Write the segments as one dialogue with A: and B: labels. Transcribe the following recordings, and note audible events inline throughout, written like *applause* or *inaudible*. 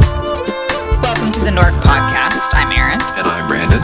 A: Welcome to the Nork Podcast. I'm Erin.
B: And I'm Brandon.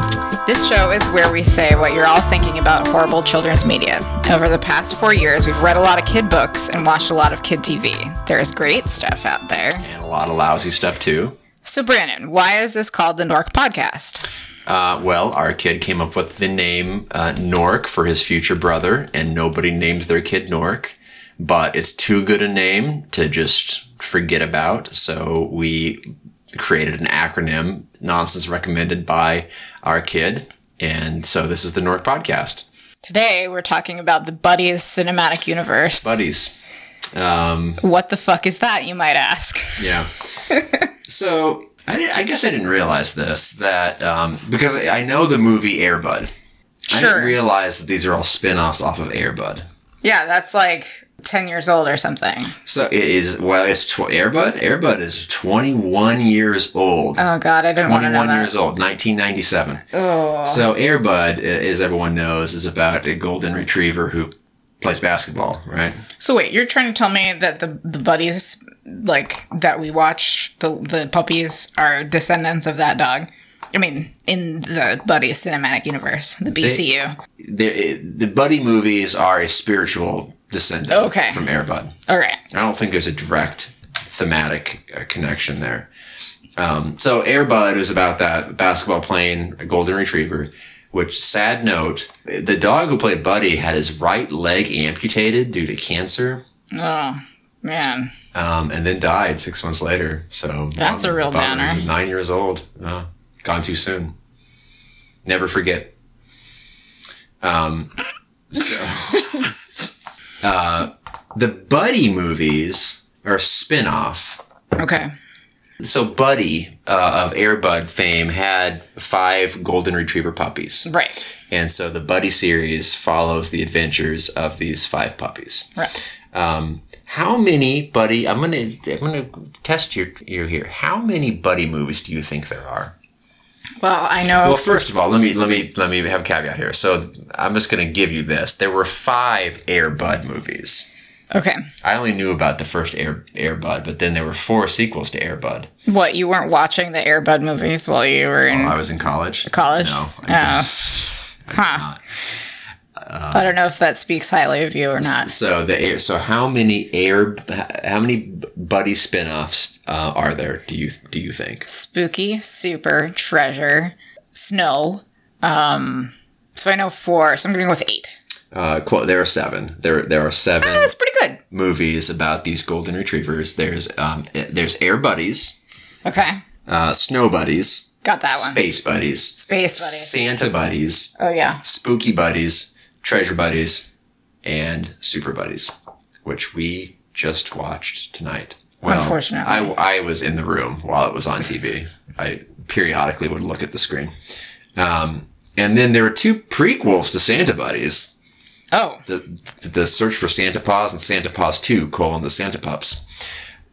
A: This show is where we say what you're all thinking about horrible children's media. Over the past four years, we've read a lot of kid books and watched a lot of kid TV. There's great stuff out there.
B: And a lot of lousy stuff, too.
A: So, Brandon, why is this called the Nork Podcast?
B: Uh, well, our kid came up with the name uh, Nork for his future brother, and nobody names their kid Nork. But it's too good a name to just forget about, so we created an acronym, nonsense recommended by our kid. And so this is the Nork podcast.
A: Today, we're talking about the Buddies cinematic universe.
B: Buddies. Um,
A: what the fuck is that, you might ask? *laughs*
B: Yeah. so I, di- I guess I didn't realize this that um, because I, I know the movie Airbud. I
A: Sure.
B: didn't realize that these are all spin-offs off of Airbud.
A: Yeah, that's like 10 years old or something.
B: So it is well, it's tw- Airbud. Airbud is 21 years old.
A: Oh, God, I didn't want to know
B: 21
A: that. Oh.
B: years old, 1997. So Airbud, i- as everyone knows, is about a golden retriever who plays basketball, right?
A: So wait, you're trying to tell me that the the buddies like that we watch the the puppies are descendants of that dog? I mean, in the buddies cinematic universe, the BCU.
B: The, the Buddy movies are a spiritual descendant
A: Okay.
B: from Airbud.
A: All right.
B: I don't think there's a direct thematic uh, connection there. Um, so Airbud is about that basketball playing golden retriever. Which sad note, the dog who played Buddy had his right leg amputated due to cancer,
A: Oh man,
B: um, and then died six months later. So
A: That's a real
B: Bud was
A: downer.
B: Nine years old, Uh, gone too soon. Never forget. Um, so, *laughs* uh, the Buddy movies are a spin-off
A: okay.
B: so Buddy uh, of Airbud fame had five golden retriever puppies,
A: Right,
B: and so the Buddy series follows the adventures of these five puppies.
A: right.
B: Um, how many Buddy? I'm gonna I'm gonna test your your here. How many Buddy movies do you think there are?
A: Well, I know.
B: Well, first of all, let me let me let me have a caveat here. So I'm just gonna give you this. There were five Airbud movies.
A: okay,
B: I only knew about the first Air Airbud, but then there were four sequels to Airbud.
A: what you weren't watching the Airbud movies while you were in?
B: I was in college.
A: College?
B: No. I
A: Oh.
B: guess. I did
A: Huh.
B: not. Uh,
A: I don't know if that speaks highly of you or not.
B: So the air. So how many air? How many buddy spinoffs uh, are there? Do you do you think?
A: Spooky, super, treasure, snow. Um, so I know four. So I'm going to go with eight.
B: Uh, clo- there are seven. There there are seven
A: That's pretty good.
B: movies about these golden retrievers. There's um eh, there's air buddies,
A: Okay.
B: uh, snow buddies,
A: Got that one.
B: space buddies,
A: Space buddies.
B: Santa buddies,
A: Oh yeah.
B: spooky buddies, treasure buddies, and super buddies, which we just watched tonight.
A: Unfortunately.
B: I, I was in the room while it was on TV. I periodically would look at the screen. Um, and then there were two prequels to Santa Buddies
A: Oh,
B: the, the Search for Santa Paws and Santa Paws 2, colon, the Santa Pups.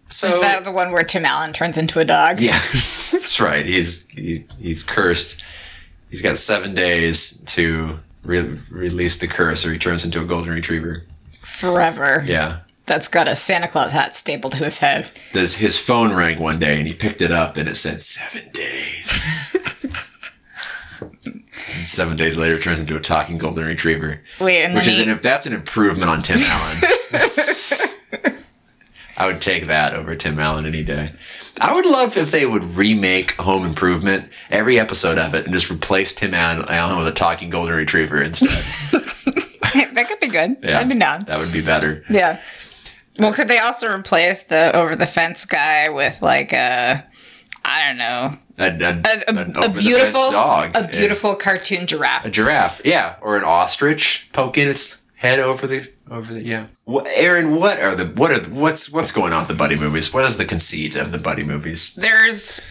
B: So,
A: is that the one where Tim Allen turns into a dog?
B: yeah, *laughs* that's right. He's he, he's cursed. He's got seven days to re- release the curse, or he turns into a golden retriever.
A: Forever.
B: Yeah.
A: That's got a Santa Claus hat stapled to his head.
B: Does his phone rang one day, and he picked it up, and it said seven days.
A: *laughs*
B: And seven days later, it turns into a talking golden retriever,
A: Wait, and
B: which
A: then
B: is
A: he,
B: an, that's an improvement on Tim
A: *laughs*
B: Allen. I would take that over Tim Allen any day. I would love if they would remake Home Improvement, every episode of it, and just replace Tim Allen Allen with a talking golden retriever instead.
A: *laughs* that could be good. *laughs*
B: Yeah.
A: I'd be down.
B: That would be better.
A: Yeah. Well, could they also replace the over the fence guy with like a, I don't know,
B: A,
A: a,
B: a- an
A: a, a
B: over-the-fence
A: beautiful,
B: dog.
A: a beautiful cartoon giraffe?
B: A giraffe, yeah, or an ostrich poking its head over the over the yeah. What, Aaron, what are the what are the, what's what's going on with the buddy movies? What is the conceit of the buddy movies?
A: There's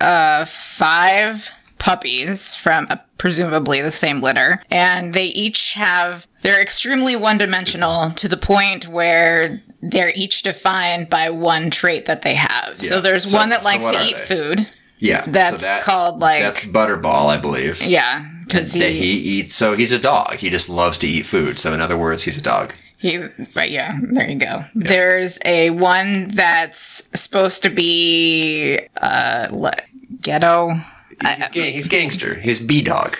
A: uh five puppies from uh, presumably the same litter, and they each have they're extremely one-dimensional to the point where they're each defined by one trait that they have. So
B: Yeah.
A: there's
B: So-
A: one that
B: so
A: likes
B: what
A: to
B: are
A: eat
B: they?
A: food.
B: Yeah, so
A: That's
B: that-
A: called like
B: that's Butterball, I believe.
A: yeah, because
B: that
A: he,
B: he eats. So he's a dog. He just loves to eat food. So in other words, he's a dog.
A: He's right, yeah. There you go. There's a one that's supposed to be uh le- ghetto.
B: He's, ga- he's gangster. He's B dog.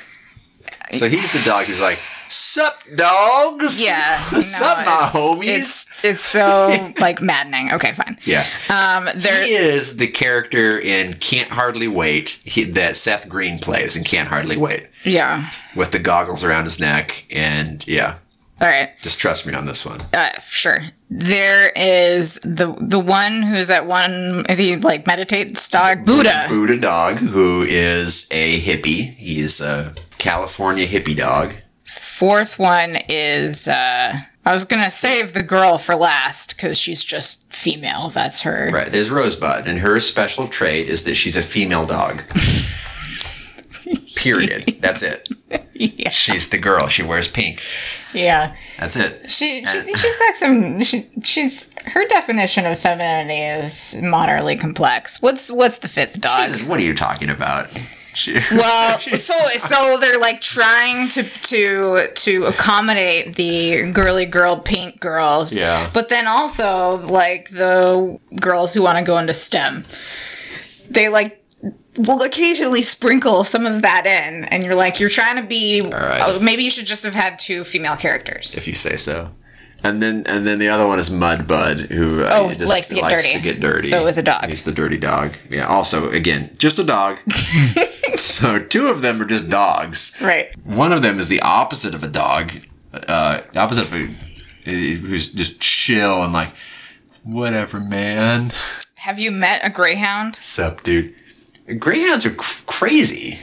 B: So he's the dog who's like, "Sup, dogs? *laughs*
A: Yeah,
B: sup, my
A: it's-
B: homies."
A: It's it's
B: *laughs*
A: so like maddening. Okay, fine.
B: yeah,
A: Um, there.
B: he is the character in Can't Hardly Wait he, that Seth Green plays in Can't Hardly Wait
A: Yeah.
B: with the goggles around his neck. And yeah,
A: All right.
B: just trust me on this one.
A: Uh, sure. There is the the one who's that one the like meditates dog Buddha.
B: Buddha dog, who is a hippie. He's a California hippie dog.
A: Fourth one is uh I was gonna save the girl for last because she's just female. That's her.
B: Right, there's Rosebud, and her special trait is that she's a female dog. Period. That's it.
A: Yeah.
B: She's the girl. She wears pink.
A: Yeah.
B: That's it.
A: She, she she's got some. She, she's her definition of femininity is moderately complex. What's what's the fifth dog?
B: What are you talking about? She- *laughs*
A: Well, so so they're like trying to to to accommodate the girly girl pink girls.
B: Yeah.
A: But then also like the girls who want to go into STEM. They like will occasionally sprinkle some of that in and you're like you're trying to be
B: right.
A: oh, maybe you should just have had two female characters.
B: if you say so. And then and then the other one is Mudbud, who uh,
A: Oh,
B: just
A: likes to get dirty.
B: to get dirty.
A: So is a dog.
B: He's the dirty dog. Yeah. Also, again, just
A: *laughs*
B: a dog. so two of them are just dogs.
A: Right.
B: One of them is the opposite of a dog, uh, opposite of a, who's just chill and like, whatever, man.
A: Have you met a greyhound?
B: Sup, dude. Greyhounds are cr- crazy.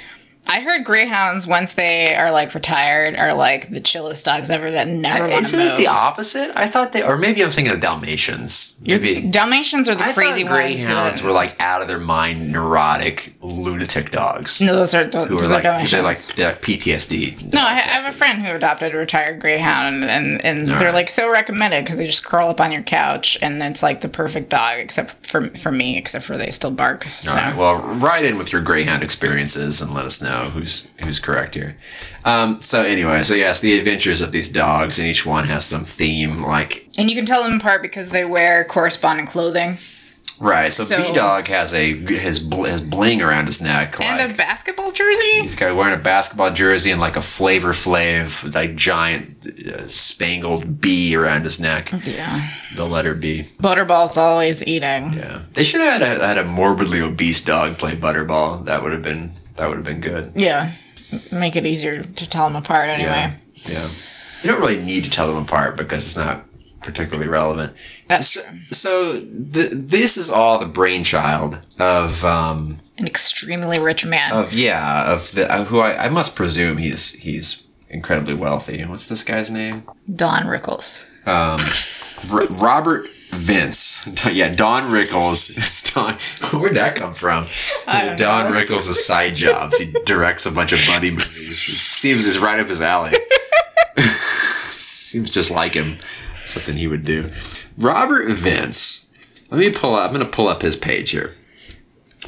A: I heard greyhounds once they are like retired are like the chillest dogs ever that never want to
B: Isn't it
A: move.
B: the opposite? I thought they, or maybe I'm thinking of Dalmatians. Maybe
A: Dalmatians are the
B: I thought
A: crazy ones.
B: Greyhounds
A: that-
B: were like out of their mind, neurotic, lunatic dogs.
A: No, those are those,
B: who
A: are
B: are like,
A: Dalmatians.
B: they're like, they're like PTSD.
A: no, I, I have a friend who adopted a retired greyhound, and and, and they're
B: right.
A: like so recommended because they just curl up on your couch, and it's like the perfect dog, except for for me, except for they still bark. So
B: All right, well, write in with your Greyhound experiences and let us know who's who's correct here. Um, so anyway, so yes, the adventures of these dogs, and each one has some theme. Like
A: and you can tell them apart because they wear corresponding clothing
B: right, so,
A: So-
B: B Dog has a his bl- his bling around his neck, like,
A: and a basketball jersey.
B: He's got wearing a basketball jersey and like a Flavor Flav, like giant uh, spangled B around his neck.
A: Yeah,
B: The letter B.
A: Butterball's always eating.
B: Yeah, they should have had a, had a morbidly obese dog play Butterball. That would have been that would have been good.
A: Yeah, make it easier to tell them apart anyway.
B: Yeah, yeah. You don't really need to tell them apart because it's not particularly relevant.
A: That's true.
B: So th- this is all the brainchild of um,
A: an extremely rich man.
B: of yeah of the uh, who I, I must presume he's he's incredibly wealthy. What's this guy's name?
A: Don Rickles.
B: R- Robert Vince. *laughs* Yeah, Don Rickles. It's Don. *laughs* Where'd that come from? Don Rickles' is side jobs. He directs a bunch of buddy movies. It seems is right up his alley. seems just like him. Something he would do. Robert Vince. Let me pull up. I'm going to pull up his page here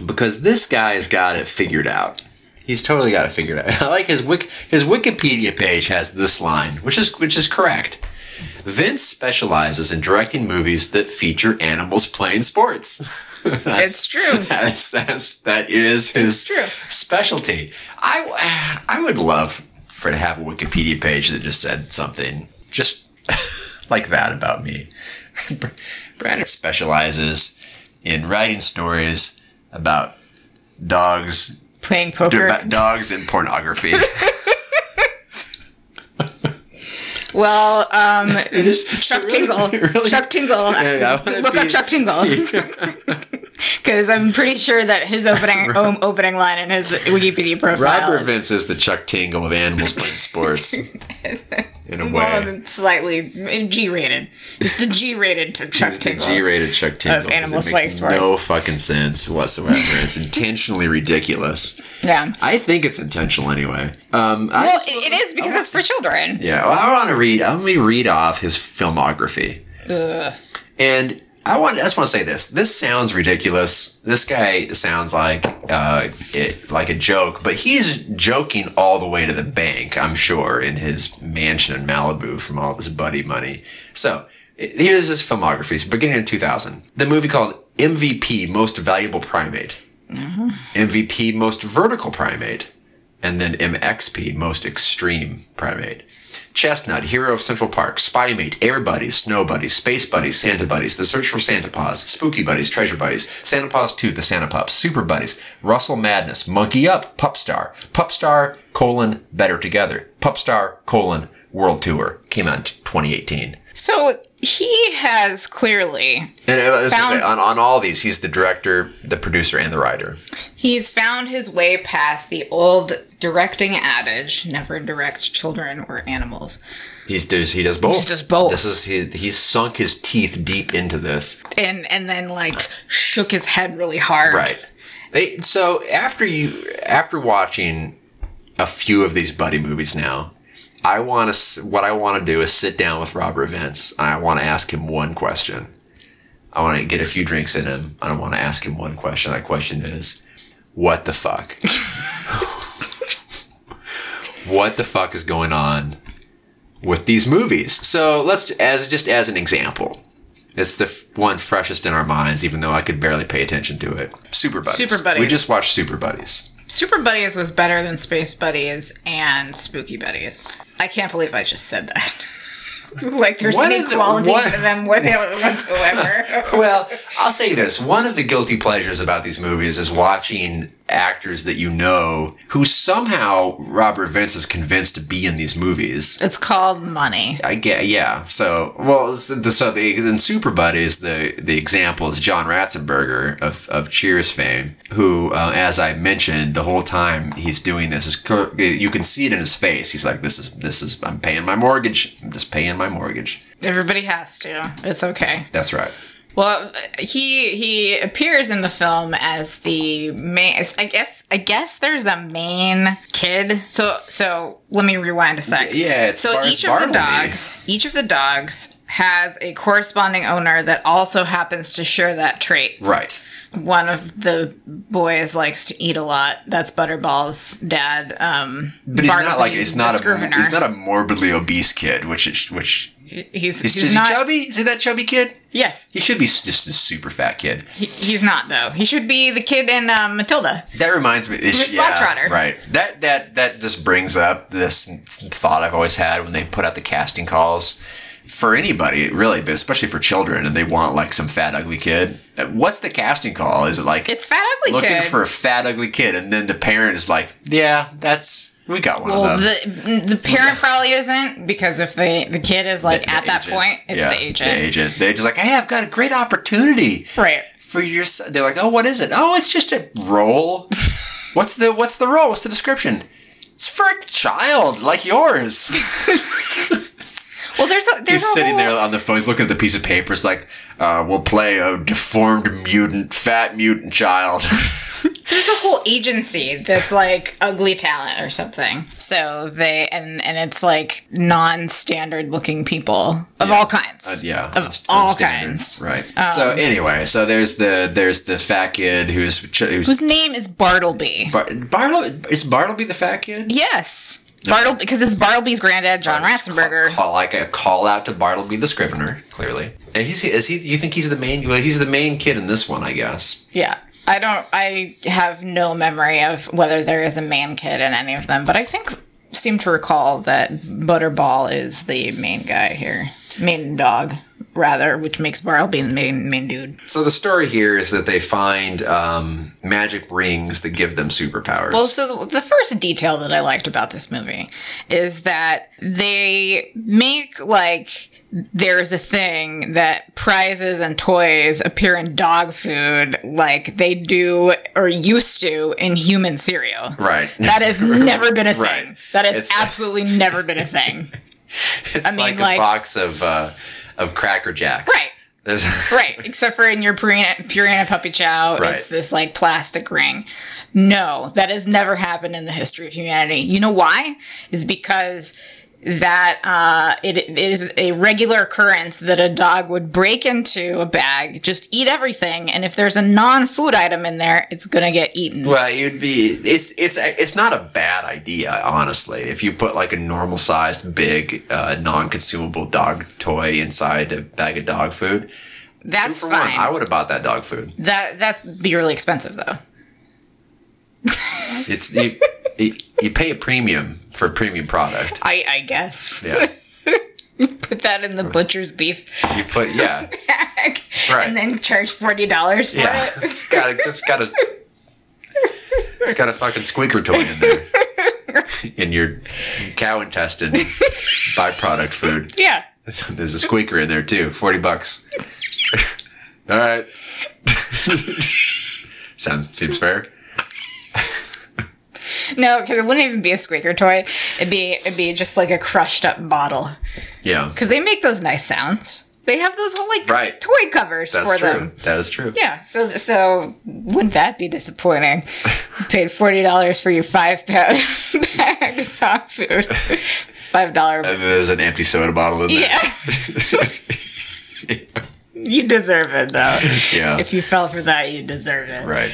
B: because this guy's got it figured out. He's totally got it figured out. *laughs* I like his wik- his Wikipedia page has this line, which is which is correct. Vince specializes in directing movies that feature animals playing sports. *laughs* that's,
A: It's true.
B: that's that's that is his
A: It's true.
B: specialty. I I would love for to have a Wikipedia page that just said something just *laughs* like that about me. *laughs* Br- Brandon specializes in writing stories about dogs,
A: Playing poker.
B: about dogs
A: *laughs*
B: and pornography.
A: Well,
B: *laughs*
A: um, Chuck
B: Chuck
A: Tingle.
B: *laughs*
A: Chuck Tingle.
B: Yeah, I wanna
A: Look up
B: be-
A: Chuck Tingle.
B: *laughs*
A: Because I'm pretty sure that his opening um, opening line in his Wikipedia profile. is-
B: Robert
A: *laughs*
B: Vince is the Chuck Tingle of animals playing sports. in a
A: Well,
B: way.
A: it's slightly G rated. It's the G rated to Chuck
B: It's the
A: Tingle.
B: G-rated Chuck Tingle. 'cause
A: Animal
B: it makes
A: Spice Wars.
B: No fucking sense whatsoever.
A: *laughs*
B: it's intentionally ridiculous.
A: Yeah.
B: I think it's intentional anyway. Um, I,
A: Well, it, it is because it's for children.
B: yeah, well, I want to read. Let me read off his filmography.
A: Ugh.
B: And I want I just want to say this. This sounds ridiculous. This guy sounds like uh, it, like a joke, but he's joking all the way to the bank. I'm sure in his mansion in Malibu from all this buddy money. So i- here's his filmography. It's beginning in 2000, the movie called MVP Most Valuable Primate, MVP Most Vertical Primate, and then MXP Most Extreme Primate. Chestnut, Hero of Central Park, Spy Mate, Air Buddies, Snow Buddies, Space Buddies, Santa Buddies, The Search for Santa Paws, Spooky Buddies, Treasure Buddies, Santa Paws 2, The Santa Pups, Super Buddies, Russell Madness, Monkey Up, Pupstar, Pupstar, colon, Better Together, Pupstar, colon, World Tour, came out in 2018.
A: So he has clearly
B: And uh, I was gonna
A: Found-
B: say, on, on all these, he's the director, the producer, and the writer.
A: he's found his way past the old directing adage: never direct children or animals.
B: He's does he does both.
A: He does both.
B: This is he, he's sunk his teeth deep into this.
A: And and then like shook his head really hard.
B: Right. They, so after you after watching a few of these buddy movies now, I want to what I want to do is sit down with Robert Vince and I want to ask him one question. I want to get a few drinks in him and I want to ask him one question. That question is, what the fuck? what the fuck is going on with these movies? So let's as just as an example. It's the f- one freshest in our minds, even though I could barely pay attention to it. Super Buddies.
A: Super Buddies.
B: We just watched Super Buddies.
A: Super Buddies was better than Space Buddies and Spooky Buddies. I can't believe I just said that. *laughs* like there's
B: What
A: any
B: is it-
A: quality
B: what-
A: to them whatsoever- whatsoever.
B: *laughs* Well, I'll say this. One of the guilty pleasures about these movies is watching actors that you know who somehow Robert Vince is convinced to be in these movies.
A: it's called money.
B: I get, yeah. So, well, so the, so the in Super Buddies, the the example is John Ratzenberger of, of Cheers fame, who, uh, as I mentioned, the whole time he's doing this is cl- you can see it in his face. He's like, "This is this is I'm paying my mortgage. I'm just paying my mortgage."
A: Everybody has to. It's okay.
B: That's right.
A: Well, he he appears in the film as the main. I guess I guess there's a main kid. So so let me rewind a sec.
B: Yeah, it's
A: so
B: Bar-
A: each of the
B: Bartleby.
A: dogs, each of the dogs has a corresponding owner that also happens to share that trait.
B: Right.
A: One of the boys likes to eat a lot. That's Butterball's dad. Um,
B: But he's not like he's not a
A: Scrivener.
B: he's not a morbidly obese kid, which is which
A: He's,
B: is
A: he's
B: is he
A: not.
B: chubby? Is he that chubby kid?
A: Yes,
B: He should be s- just a super fat kid.
A: he, he's not though. He should be the kid in um, Matilda.
B: That reminds me. It's,
A: was Spot Trotter.
B: Right. That that that just brings up this thought I've always had when they put out the casting calls for anybody, really, but especially for children, and they want like some fat ugly kid. Uh, What's the casting call? Is it like
A: It's fat ugly
B: looking
A: kid.
B: for a fat ugly kid, and then the parent is like, "Yeah, that's we got one
A: Well,
B: of them."
A: the the parent probably isn't because if the the kid is like
B: The
A: at that
B: agent.
A: point, it's
B: Yeah,
A: the agent,
B: The agent. They're just like, "Hey, I've got a great opportunity."
A: right?
B: for your son. They're like, oh, what is it? Oh, it's just a *laughs* role. what's the what's the role? What's the description? It's for a child like yours.
A: Well, there's a there's
B: *laughs* He's
A: a
B: sitting
A: whole,
B: there on the phone. He's looking at the piece of paper. It's like, uh, we'll play a deformed mutant, fat mutant child.
A: there's a whole agency that's like ugly talent or something. So they and and it's like non-standard looking people of all kinds.
B: yeah,
A: of
B: it's- it's
A: all
B: standard.
A: kinds.
B: *laughs* Right. so anyway, so there's the there's the fat kid who's ch- who's,
A: Whose name is Bartleby?
B: Bar- Bartleby. Is Bartleby the fat kid?
A: yes, Bartleby because it's Bartleby's granddad, John Ratzenberger.
B: Call, like a call out to Bartleby the Scrivener, clearly. And he's is he? You think he's the main? Well, he's the main kid in this one, I guess.
A: Yeah. I don't I have no memory of whether there is a man kid in any of them, but I think seem to recall that Butterball is the main guy here. Main dog, rather, which makes Bartleby the main main dude.
B: So the story here is that they find um, magic rings that give them superpowers.
A: Well, so the first detail that I liked about this movie is that they make like there's a thing that prizes and toys appear in dog food like they do or used to in human cereal.
B: right. *laughs*
A: That has never been a thing.
B: Right.
A: That has
B: It's- *laughs*
A: absolutely never been a thing.
B: It's
A: mean,
B: like,
A: like-
B: a box of uh, of Cracker Jacks.
A: Right.
B: There's *laughs*
A: Right, except for in your Purina, Purina Puppy Chow,
B: Right.
A: it's this like plastic ring. No, that has never happened in the history of humanity. You know why? Is because that uh, it, it is a regular occurrence that a dog would break into a bag, just eat everything, and if there's a non-food item in there, it's gonna get eaten.
B: Well, you'd be. It's it's it's not a bad idea, honestly. If you put like a normal sized, big, uh, non-consumable dog toy inside a bag of dog food,
A: That's
B: for
A: fine.
B: one, I would have bought that dog food.
A: that that's be really expensive though.
B: It's you, you, you pay a premium for a premium product.
A: I I guess
B: Yeah,
A: *laughs* put that in the butcher's beef
B: you put
A: *laughs*
B: yeah,
A: bag,
B: Right.
A: and then charge forty dollars for
B: yeah.
A: it. *laughs*
B: *laughs* It's got a, it's got a it's got a fucking squeaker toy
A: *laughs*
B: in there in your cow intestine byproduct food.
A: Yeah.
B: There's a squeaker in there too. Forty bucks. *laughs* All right. *laughs* Sounds seems fair.
A: No, because it wouldn't even be a squeaker toy. It'd be it'd be just like a crushed up bottle.
B: Yeah,
A: Because they make those nice sounds. They have those whole like
B: Right.
A: toy covers
B: that's
A: for
B: true.
A: them.
B: That is true.
A: Yeah. So so wouldn't that be disappointing? You paid forty dollars for your five pound *laughs* bag of dog food. Five dollar.
B: And there's an empty soda bottle in there. *laughs*
A: Yeah. you deserve it though.
B: Yeah.
A: If you fell for that, you deserve it.
B: right.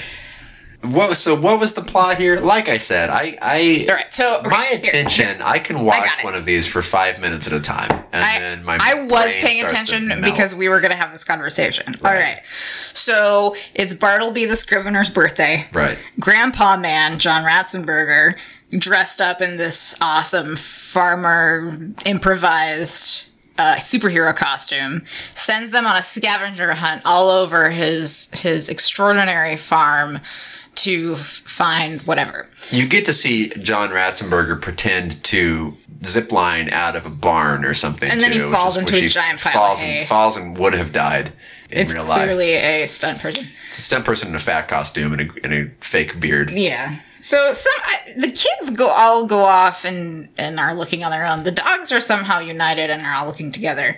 B: What was so? What was the plot here? Like I said, I I
A: All right. So okay,
B: my
A: here.
B: attention. I can watch
A: got it.
B: one of these for five minutes at a time, and then my
A: I was
B: brain
A: paying
B: starts to
A: attention
B: melt.
A: because we were going to have this conversation. All right. So it's Bartleby the Scrivener's birthday.
B: right.
A: Grandpa Man, John Ratzenberger, dressed up in this awesome farmer improvised uh, superhero costume, sends them on a scavenger hunt all over his his extraordinary farm to f- find whatever.
B: You get to see John Ratzenberger pretend to zip line out of a barn or something,
A: And then he
B: too, which
A: falls
B: is-
A: into
B: which
A: a
B: he
A: giant pile of
B: falls
A: hay.
B: and falls and would have died in
A: It's
B: real life.
A: clearly a stunt person.
B: It's a stunt person in a fat costume and a, and a fake beard.
A: Yeah. So some I, the kids go all go off and and are looking on their own. The dogs are somehow united and are all looking together.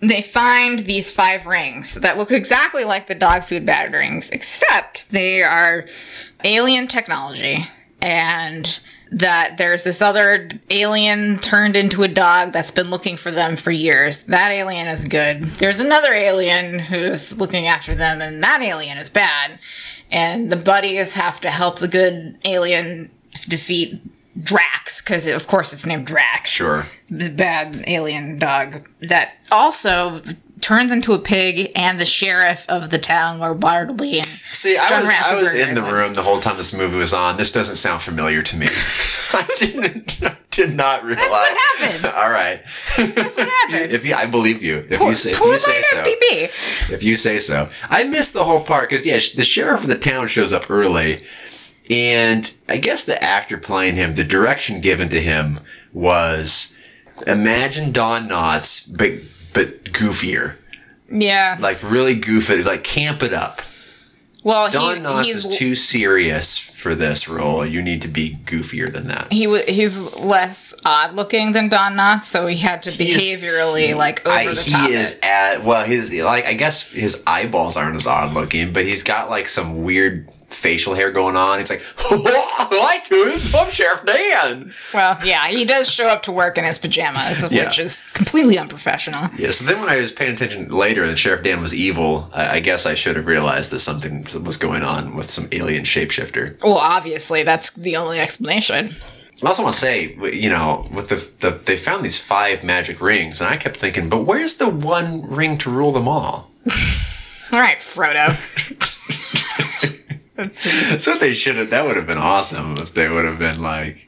A: They find these five rings that look exactly like the dog food bag rings, except they are alien technology and that there's this other alien turned into a dog that's been looking for them for years. That alien is good. There's another alien who's looking after them, and that alien is bad. And the buddies have to help the good alien defeat Drax, because of course it's named Drax
B: Sure.
A: the bad alien dog that also turns into a pig and the sheriff of the town where Bartleby and
B: See, I
A: John
B: was I was
A: Ratzenberger
B: in the
A: was-
B: room the whole time this movie was on. This doesn't sound familiar to me. *laughs* I didn't, I did not realize.
A: happened.
B: *laughs* All right. That's
A: what happened.
B: *laughs* if you, I believe you. If
A: pull
B: you
A: it
B: say, if you say so.
A: out MDB.
B: if you say so. I missed the whole part because yeah, sh- the sheriff of the town shows up early, and I guess the actor playing him, the direction given to him was imagine Don Knotts, but but goofier,
A: Yeah.
B: like really goofy, like camp it up.
A: well,
B: Don
A: he,
B: Knotts
A: he's
B: is too serious for this role. You need to be goofier than that.
A: he wa he's less odd looking than Don Knotts, so he had to behaviorally like over
B: I,
A: the
B: he
A: top.
B: is at well his like I guess his eyeballs aren't as odd looking, but he's got like some weird facial hair going on. It's like *laughs* I like this. I'm Sheriff Dan.
A: well, yeah, he does show up to work in his pajamas,
B: *laughs* Yeah.
A: which is completely unprofessional.
B: Yeah. So then when I was paying attention later, and Sheriff Dan was evil, I, I guess I should have realized that something was going on with some alien shapeshifter.
A: Well, obviously, that's the only explanation.
B: I also want to say, you know, with the, the they found these five magic rings, and I kept thinking, but where's the one ring to rule them all? *laughs*
A: All right, Frodo.
B: That's what they should have. That would have been awesome if they would have been like.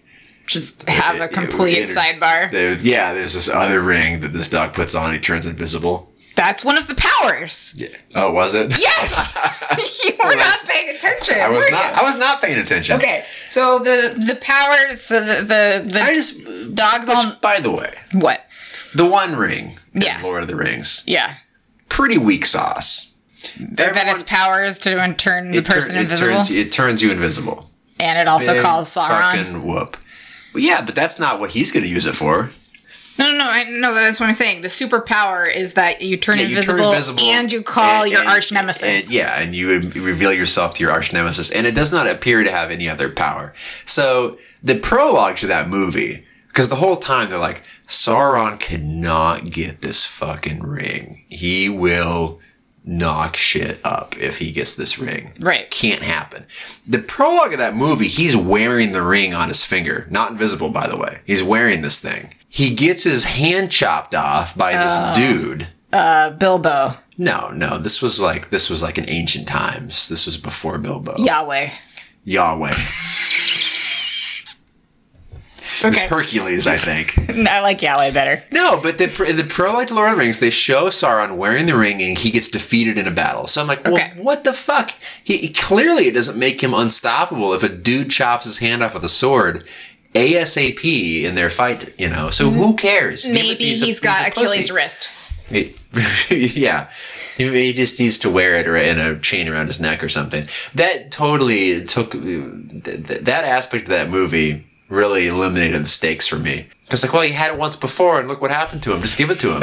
A: Just have a
B: it- it-
A: complete
B: it-
A: sidebar.
B: There- yeah, there's this other ring that this dog puts on. He turns invisible.
A: That's one of the powers.
B: Yeah. Oh, was it?
A: Yes, *laughs*
B: *laughs*
A: you were not paying attention.
B: I was
A: were
B: not.
A: You?
B: I was not paying attention.
A: Okay, so the the powers, so the the, the
B: I just.
A: dogs on
B: By the way,
A: what?
B: the One Ring. in
A: Yeah.
B: Lord of the Rings.
A: Yeah,
B: Pretty weak sauce.
A: that its power is to in- turn the person invisible,
B: Turns, it turns you invisible.
A: and it also
B: Big
A: calls Sauron.
B: Fucking whoop. Well, yeah, but that's not what he's going to use it for.
A: No, no, no. I, no, that's what I'm saying. The superpower is that you turn,
B: Yeah, you turn
A: invisible,
B: invisible
A: and you call
B: and-
A: your
B: and-
A: arch nemesis.
B: and- yeah, and you im- reveal yourself to your arch nemesis, and it does not appear to have any other power. So the prologue to that movie, because the whole time they're like, Sauron cannot get this fucking ring. He will knock shit up if he gets this ring.
A: Right.
B: Can't happen. The prologue of that movie, he's wearing the ring on his finger. Not invisible, by the way. He's wearing this thing. He gets his hand chopped off by this
A: Oh.
B: dude.
A: Uh, Bilbo,
B: No, no. This was like this was like in ancient times. This was before Bilbo.
A: Yahweh.
B: Yahweh. *laughs* It was
A: Okay,
B: Hercules,
A: *laughs*
B: I think.
A: I like Yahweh better.
B: no, but the pr- the prologue to Lord of the Rings, they show Sauron wearing the ring and he gets defeated in a battle. So I'm like, well,
A: Okay.
B: what the fuck? He, he- clearly it doesn't make him unstoppable if a dude chops his hand off with a sword. ASAP in their fight, you know. So who cares? Give it-
A: Mm, Maybe
B: a-
A: he's got
B: a
A: Achilles'
B: pussy.
A: wrist.
B: It- *laughs* yeah, he, he just needs to wear it or in a chain around his neck or something. That totally took th- th- that aspect of that movie really eliminated the stakes for me. Because like, well, he had it once before, and look what happened to him. Just give
A: *laughs*
B: it to him.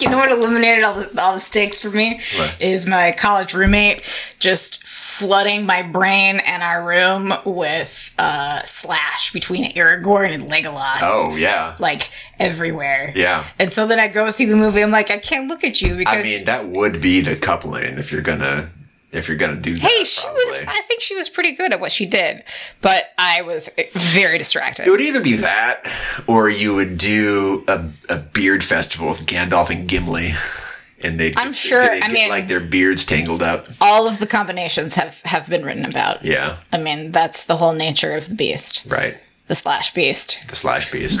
A: You know what eliminated all the, all the stakes for me
B: What?
A: is my college roommate just flooding my brain and our room with uh, slash between Aragorn and Legolas.
B: oh yeah,
A: like everywhere.
B: yeah.
A: And so then I go see the movie. I'm like, I can't look at you
B: I
A: because
B: mean, that would be the coupling if you're gonna if you're gonna do.
A: hey, she was. I think she was pretty good at what she did, but I was very distracted.
B: It would either be that, or you would do a, a beard festival with Gandalf and Gimli, *laughs* and they.
A: I'm sure-
B: They
A: I mean-
B: like their beards tangled up.
A: All of the combinations have have been written about.
B: Yeah,
A: I mean, that's the whole nature of the beast,
B: right.
A: the slash beast.
B: The slash beast.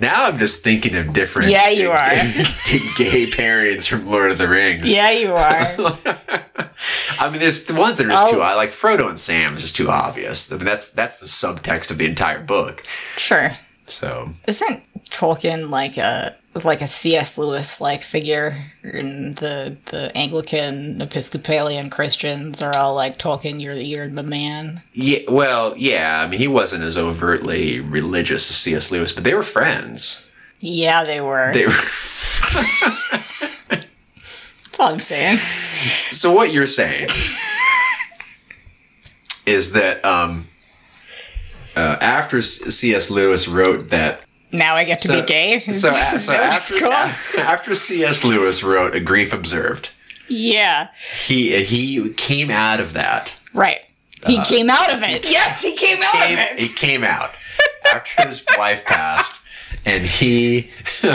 B: Now I'm just thinking of different.
A: Yeah, you are.
B: gay parents from Lord of the Rings.
A: Yeah, you are.
B: I mean, there's the ones that are just
A: Oh.
B: too I like Frodo and Sam is just too obvious. I mean, that's that's the subtext of the entire book.
A: sure.
B: So
A: Isn't Tolkien like a like a C.S. Lewis like figure? And the the Anglican Episcopalian Christians are all like Tolkien, you're you're the man.
B: yeah, well, yeah. I mean, he wasn't as overtly religious as C.S. Lewis, but they were friends.
A: Yeah, they were.
B: They were. *laughs*
A: That's all I'm saying.
B: So what you're saying is that um, uh, after C.S. Lewis wrote that
A: Now I get to be gay. *laughs*
B: So, so
A: That's
B: after,
A: cool.
B: *laughs* after C.S. Lewis wrote A Grief Observed,
A: yeah,
B: he he came out of that.
A: right. He came out of it. Yes, he came out
B: Came- Uh-huh. He came out after
A: *laughs*
B: his wife passed, and he *laughs*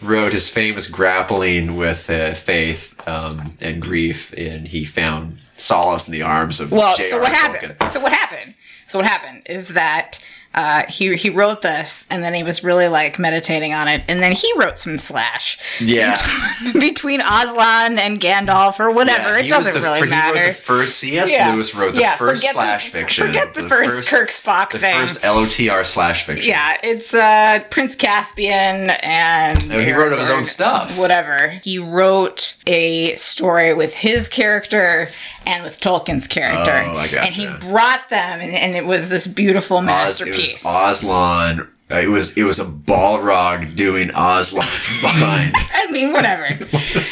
B: wrote his famous grappling with uh, faith um, and grief, and he found solace in the arms of.
A: Well,
B: J.R.
A: so what happened?
B: Tolkien.
A: So what happened? So what happened is that uh, he he wrote this, and then he was really like meditating on it, and then he wrote some slash
B: Yeah.
A: *laughs* between Aslan and Gandalf or whatever.
B: Yeah,
A: it
B: he was
A: doesn't
B: the
A: really
B: fir-
A: matter.
B: He wrote the first C.S. Lewis wrote the first
A: forget
B: slash
A: the,
B: fiction.
A: Forget the, first, Kirk Spock
B: The
A: thing.
B: first LOTR slash fiction.
A: Yeah, it's uh, Prince Caspian and.
B: No, he wrote his own
A: Aragorn,
B: stuff.
A: Whatever. He wrote a story with his character and with Tolkien's character.
B: Oh, I gotcha.
A: And he brought them, and, and it was this beautiful
B: Oz-
A: masterpiece.
B: It was Oslan. uh, It was it was a Balrog doing *laughs* Oslan behind.
A: I mean, whatever.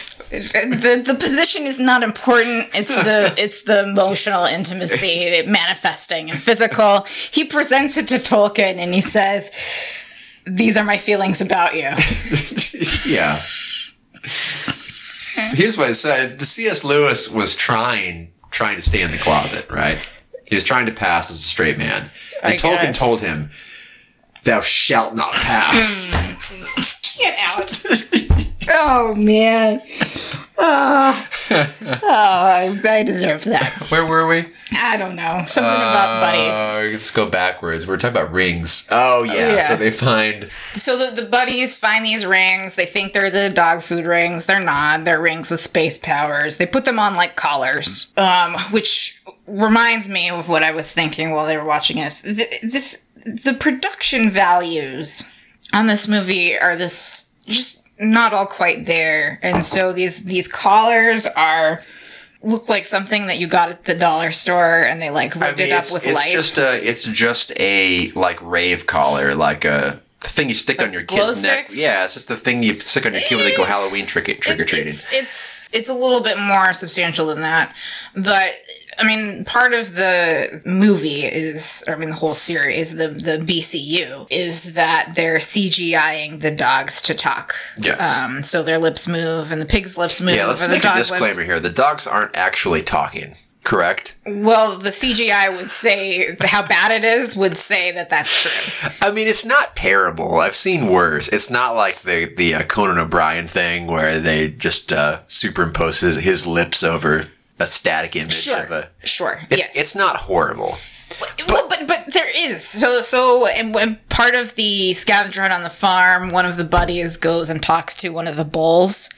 A: the The position is not important. It's the it's the emotional intimacy, it manifesting and physical. He presents it to Tolkien, and he says, "These are my feelings about you."
B: yeah. *laughs* Here's what I said: the C.S. Lewis was trying trying to stay in the closet, right? He was trying to pass as a straight man, and
A: I
B: Tolkien
A: guess.
B: told him, "Thou shalt not pass."
A: *laughs* Get out. *laughs* oh, man. Oh, oh, I deserve that.
B: Where were we?
A: I don't know. Something about buddies.
B: Uh, let's go backwards. We're talking about rings. Oh yeah.
A: yeah.
B: So they find
A: So the, the buddies find these rings. They think they're the dog food rings. They're not. They're rings with space powers. They put them on like collars, um, which reminds me of what I was thinking while they were watching us. Th- this the production values on this movie are this just not all quite there, and so these these collars are look like something that you got at the dollar store and they like
B: I
A: ribbed
B: mean,
A: it up
B: it's,
A: with
B: it's
A: lights.
B: just a it's just a like rave collar, like a thing you stick on your
A: glow
B: kid's neck.
A: stick? Eh,
B: Yeah, it's just the thing you stick on your kid when they go Halloween trick trick or treating.
A: It's, it's it's a little bit more substantial than that, but I mean, part of the movie is, or I mean, the whole series, the the BCU is that they're CGIing the dogs to talk.
B: Yes.
A: Um, so their lips move and the pig's lips move.
B: Yeah, let's
A: and the
B: make a
A: dog
B: disclaimer here. The dogs aren't actually talking, correct?
A: Lips. Well, the CGI would say how bad it is would say that that's true.
B: I mean, it's not terrible. I've seen worse. It's not like the the uh, Conan O'Brien thing where they just uh, superimpose his, his lips over a static image
A: Sure.
B: of a.
A: Sure.
B: It's,
A: yes.
B: it's not horrible.
A: well, but but there is so so and, and part of the scavenger hunt on the farm one of the buddies goes and talks to one of the bulls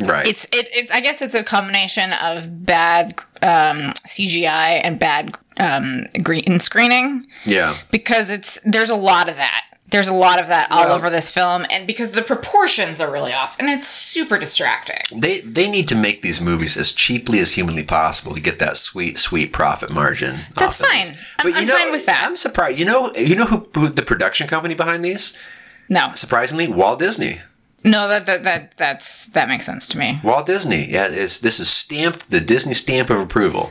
B: Right.
A: it's it, it's i guess it's a combination of bad um, cgi and bad um, green screening
B: yeah.
A: because it's there's a lot of that there's a lot of that all over this film and because the proportions are really off and it's super distracting
B: They they need to make these movies as cheaply as humanly possible to get that sweet sweet profit margin.
A: That's
B: off of
A: fine.
B: these.
A: I'm-
B: But you
A: I'm
B: know-
A: fine with that.
B: I'm surprised. You know you know who, who the production company behind these?
A: no
B: Surprisingly, Walt Disney.
A: no that that, that that's that makes sense to me
B: Walt Disney. Yeah, it's this is stamped the Disney stamp of approval.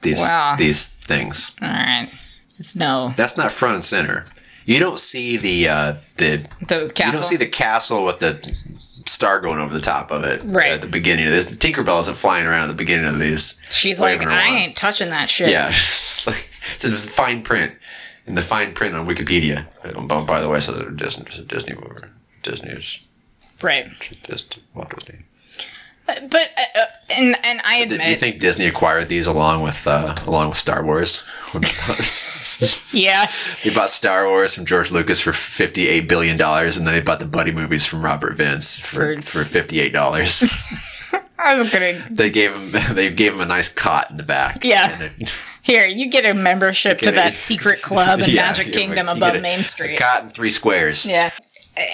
B: These
A: Wow.
B: these things.
A: all right it's no
B: That's not front and center. You don't see the uh, the
A: the
B: you don't see
A: castle
B: the castle with the star going over the top of it
A: Right.
B: at the beginning of this. Tinkerbell isn't flying around at the beginning of these.
A: she's like
B: waving her
A: i
B: wand."
A: ain't touching that shit
B: Yeah, *laughs* it's like- it's in fine print. In the fine print on Wikipedia. Um, by- by the way, so that Disney, it's a Disney movie. Disney is
A: Right.
B: Disney. Walt Disney.
A: But, but uh, uh, and and I
B: Did
A: admit,
B: you think Disney acquired these along with uh, along with Star Wars? *laughs*
A: yeah,
B: they bought Star Wars from George Lucas for fifty eight billion dollars, and then they bought the buddy movies from Robert Vince for
A: For-
B: for fifty eight dollars. *laughs*
A: I was gonna.
B: they gave him *laughs* they gave him a nice cot in the back. *laughs*
A: Yeah.
B: And it-
A: Here, you get a membership to
B: Get it.
A: that secret club in
B: *laughs* Yeah,
A: Magic
B: you-
A: Kingdom
B: you
A: above
B: get a-
A: Main Street.
B: A cot and three squares.
A: Yeah.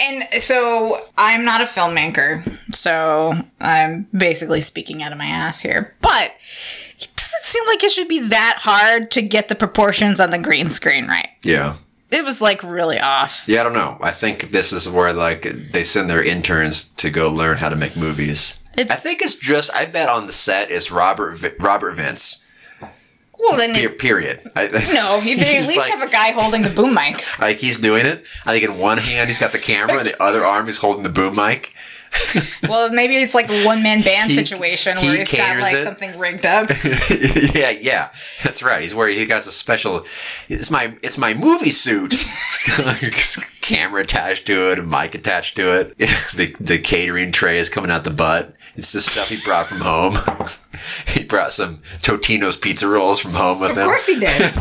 A: And so I'm not a filmmaker, so I'm basically speaking out of my ass here. But it doesn't seem like it should be that hard to get the proportions on the green screen right.
B: yeah.
A: It was like really off.
B: Yeah, I don't know. I think this is where like they send their interns to go learn how to make movies.
A: It's-
B: I think it's just I bet on the set it's Robert Vi- Robert Vince.
A: Well, then
B: Pe-
A: it,
B: Period.
A: *laughs*
B: I,
A: no,
B: *laughs*
A: they at
B: He's
A: least
B: like,
A: have a guy holding the boom mic.
B: like he's doing it. I think in one hand he's got the camera, and the other arm he's holding the boom mic.
A: Well, maybe it's like a one man band
B: He-
A: situation
B: he
A: where he's got
B: caters
A: like
B: it.
A: something rigged up.
B: *laughs* yeah, yeah, that's right. He's wearing he got a special. It's my it's my
A: *laughs*
B: movie suit. *laughs* It's got a camera attached to it, a mic attached to it. *laughs* The the catering tray is coming out the butt. It's the stuff he brought from home. *laughs* he brought some Totino's pizza rolls from home with
A: Of
B: him.
A: course he did.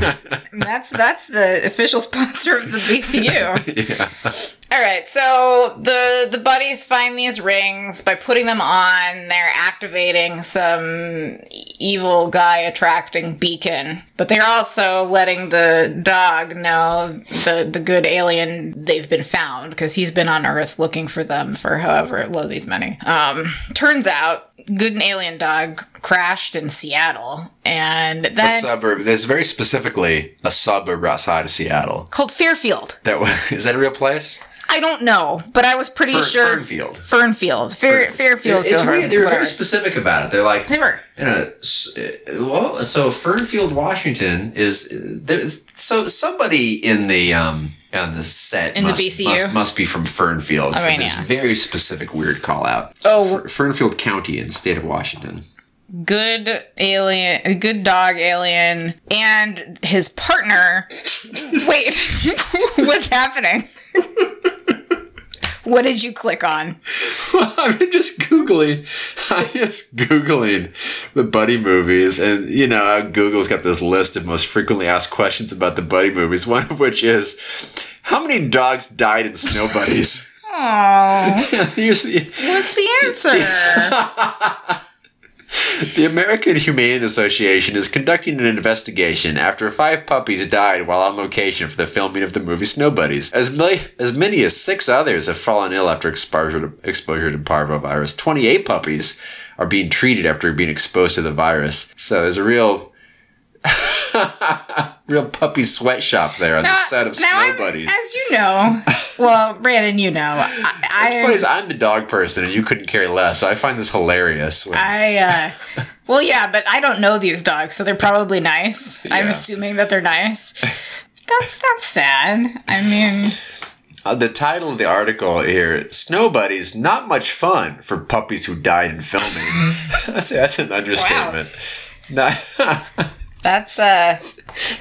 A: that's that's the official sponsor of the BCU.
B: Yeah.
A: All right, so the the buddies find these rings by putting them on. They're activating some evil guy attracting beacon, but they're also letting the dog know the the good alien they've been found because he's been on Earth looking for them for however low these many. Um, turns out, good and alien dog crashed in Seattle, and
B: A
A: then
B: suburb. There's very specifically a suburb outside of Seattle.
A: called Fairfield.
B: That was, *laughs* is that a real place?
A: I don't know, but I was pretty
B: Fern-
A: sure
B: Fernfield.
A: Fernfield, Fair, Fairfield.
B: It's
A: Fairfield,
B: weird. They were
A: whatever.
B: very specific about it. They're like,
A: They were.
B: in a s- uh, well, so Fernfield, Washington is there's so somebody in the um on the set
A: In the
B: must,
A: BCU?
B: must, must be from Fernfield for
A: mean,
B: this
A: yeah.
B: very specific weird call out.
A: Oh.
B: Fer- Fernfield County in the state
A: *laughs*
B: of Washington. *laughs*
A: Good alien, good dog alien, and his
B: *laughs*
A: partner. Wait, *laughs* what's happening? what did you click on?
B: I'm just googling. *laughs* I'm just googling the buddy movies, and you know uh, Google's got this list of most frequently asked questions about the buddy movies. *laughs* One of which is, how many dogs died in snow buddies? *laughs*
A: Oh,
B: Here's the-
A: what's the
B: *laughs*
A: answer?
B: The American Humane Association is conducting an investigation after five puppies died while on location for the filming of the movie Snow Buddies. As, many as many as six others have fallen ill after exposure to, exposure to parvovirus. 28 puppies are being treated after being exposed to the virus. So there's a real, *laughs* real puppy sweatshop there on the set of
A: now
B: Snow
A: I'm-
B: Buddies.
A: As you know, well, Brandon, you know,
B: *laughs* It's funny
A: I,
B: is I'm the dog person and you couldn't care less, so I find this hilarious. When,
A: I, I uh, well, yeah, but I don't know these dogs, so they're probably nice. I'm
B: Yeah.
A: assuming that they're nice. That's that's sad. I mean,
B: uh, the title of the article here: "Snow Buddies Not Much Fun for Puppies Who Died in Filming." *laughs* that's, that's an understatement. Not- *laughs*
A: that's uh,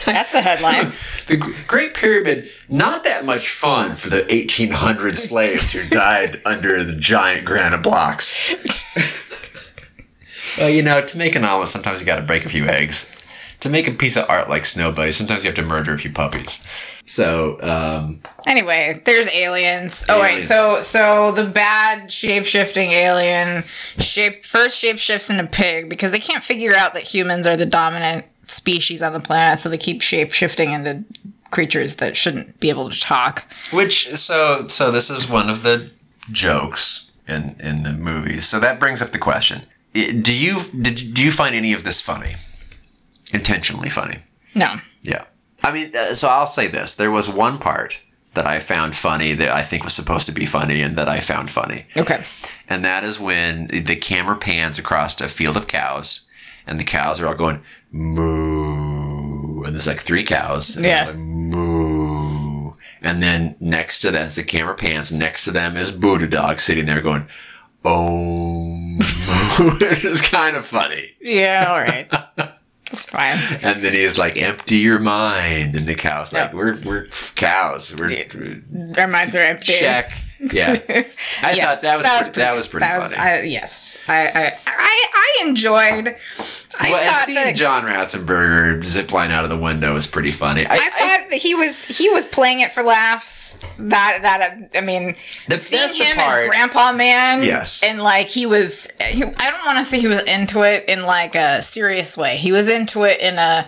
A: that's a headline.
B: The G- Great Pyramid, not that much fun for the 1,800 slaves who died *laughs* under the giant granite blocks. well, you know, to make an omelet, sometimes you gotta break a few eggs. To make a piece of art like Snow Buddy, sometimes you have to murder a few puppies. So, um,
A: Anyway, there's aliens. Oh wait,
B: Aliens.
A: so so the bad shape shifting alien shape first shape shifts into pig because they can't figure out that humans are the dominant species on the planet, so they keep shape shifting into creatures that shouldn't be able to talk.
B: which, so, so this is one of the jokes in, in the movies. So that brings up the question. I- Do you, did, do you find any of this funny? Intentionally funny?
A: No.
B: Yeah. I mean, uh, so I'll say this. There was one part that I found funny that I think was supposed to be funny and that I found funny.
A: Okay.
B: And that is when the camera pans across a field of cows and the cows are all going moo. And there's like three cows. and they're
A: Yeah.
B: like, moo. And then next to that, as the camera pans, next to them is Buddha Dog sitting there going, oh. *laughs* it was kind of funny.
A: Yeah, all right. *laughs* It's fine.
B: And then he's like, "Empty your mind." And the cow's like,
A: Yeah.
B: "We're we're cows. We're
A: Our minds are empty.
B: check."
A: *laughs*
B: Yeah, I
A: Yes,
B: thought that was,
A: that
B: pretty,
A: was
B: that was pretty
A: That was,
B: funny.
A: I, yes, I, I, I, I enjoyed. I
B: well, and
A: thought
B: seeing
A: that
B: John Ratzenberger zipline out of the window is pretty funny. I,
A: I
B: I-
A: thought that he was he was playing it for laughs. That that I mean,
B: The-
A: seeing
B: that's the
A: him
B: part-
A: as Grandpa Man,
B: Yes.
A: and like he was. He, I don't want to say he was into it in like a serious way. He was into it in a,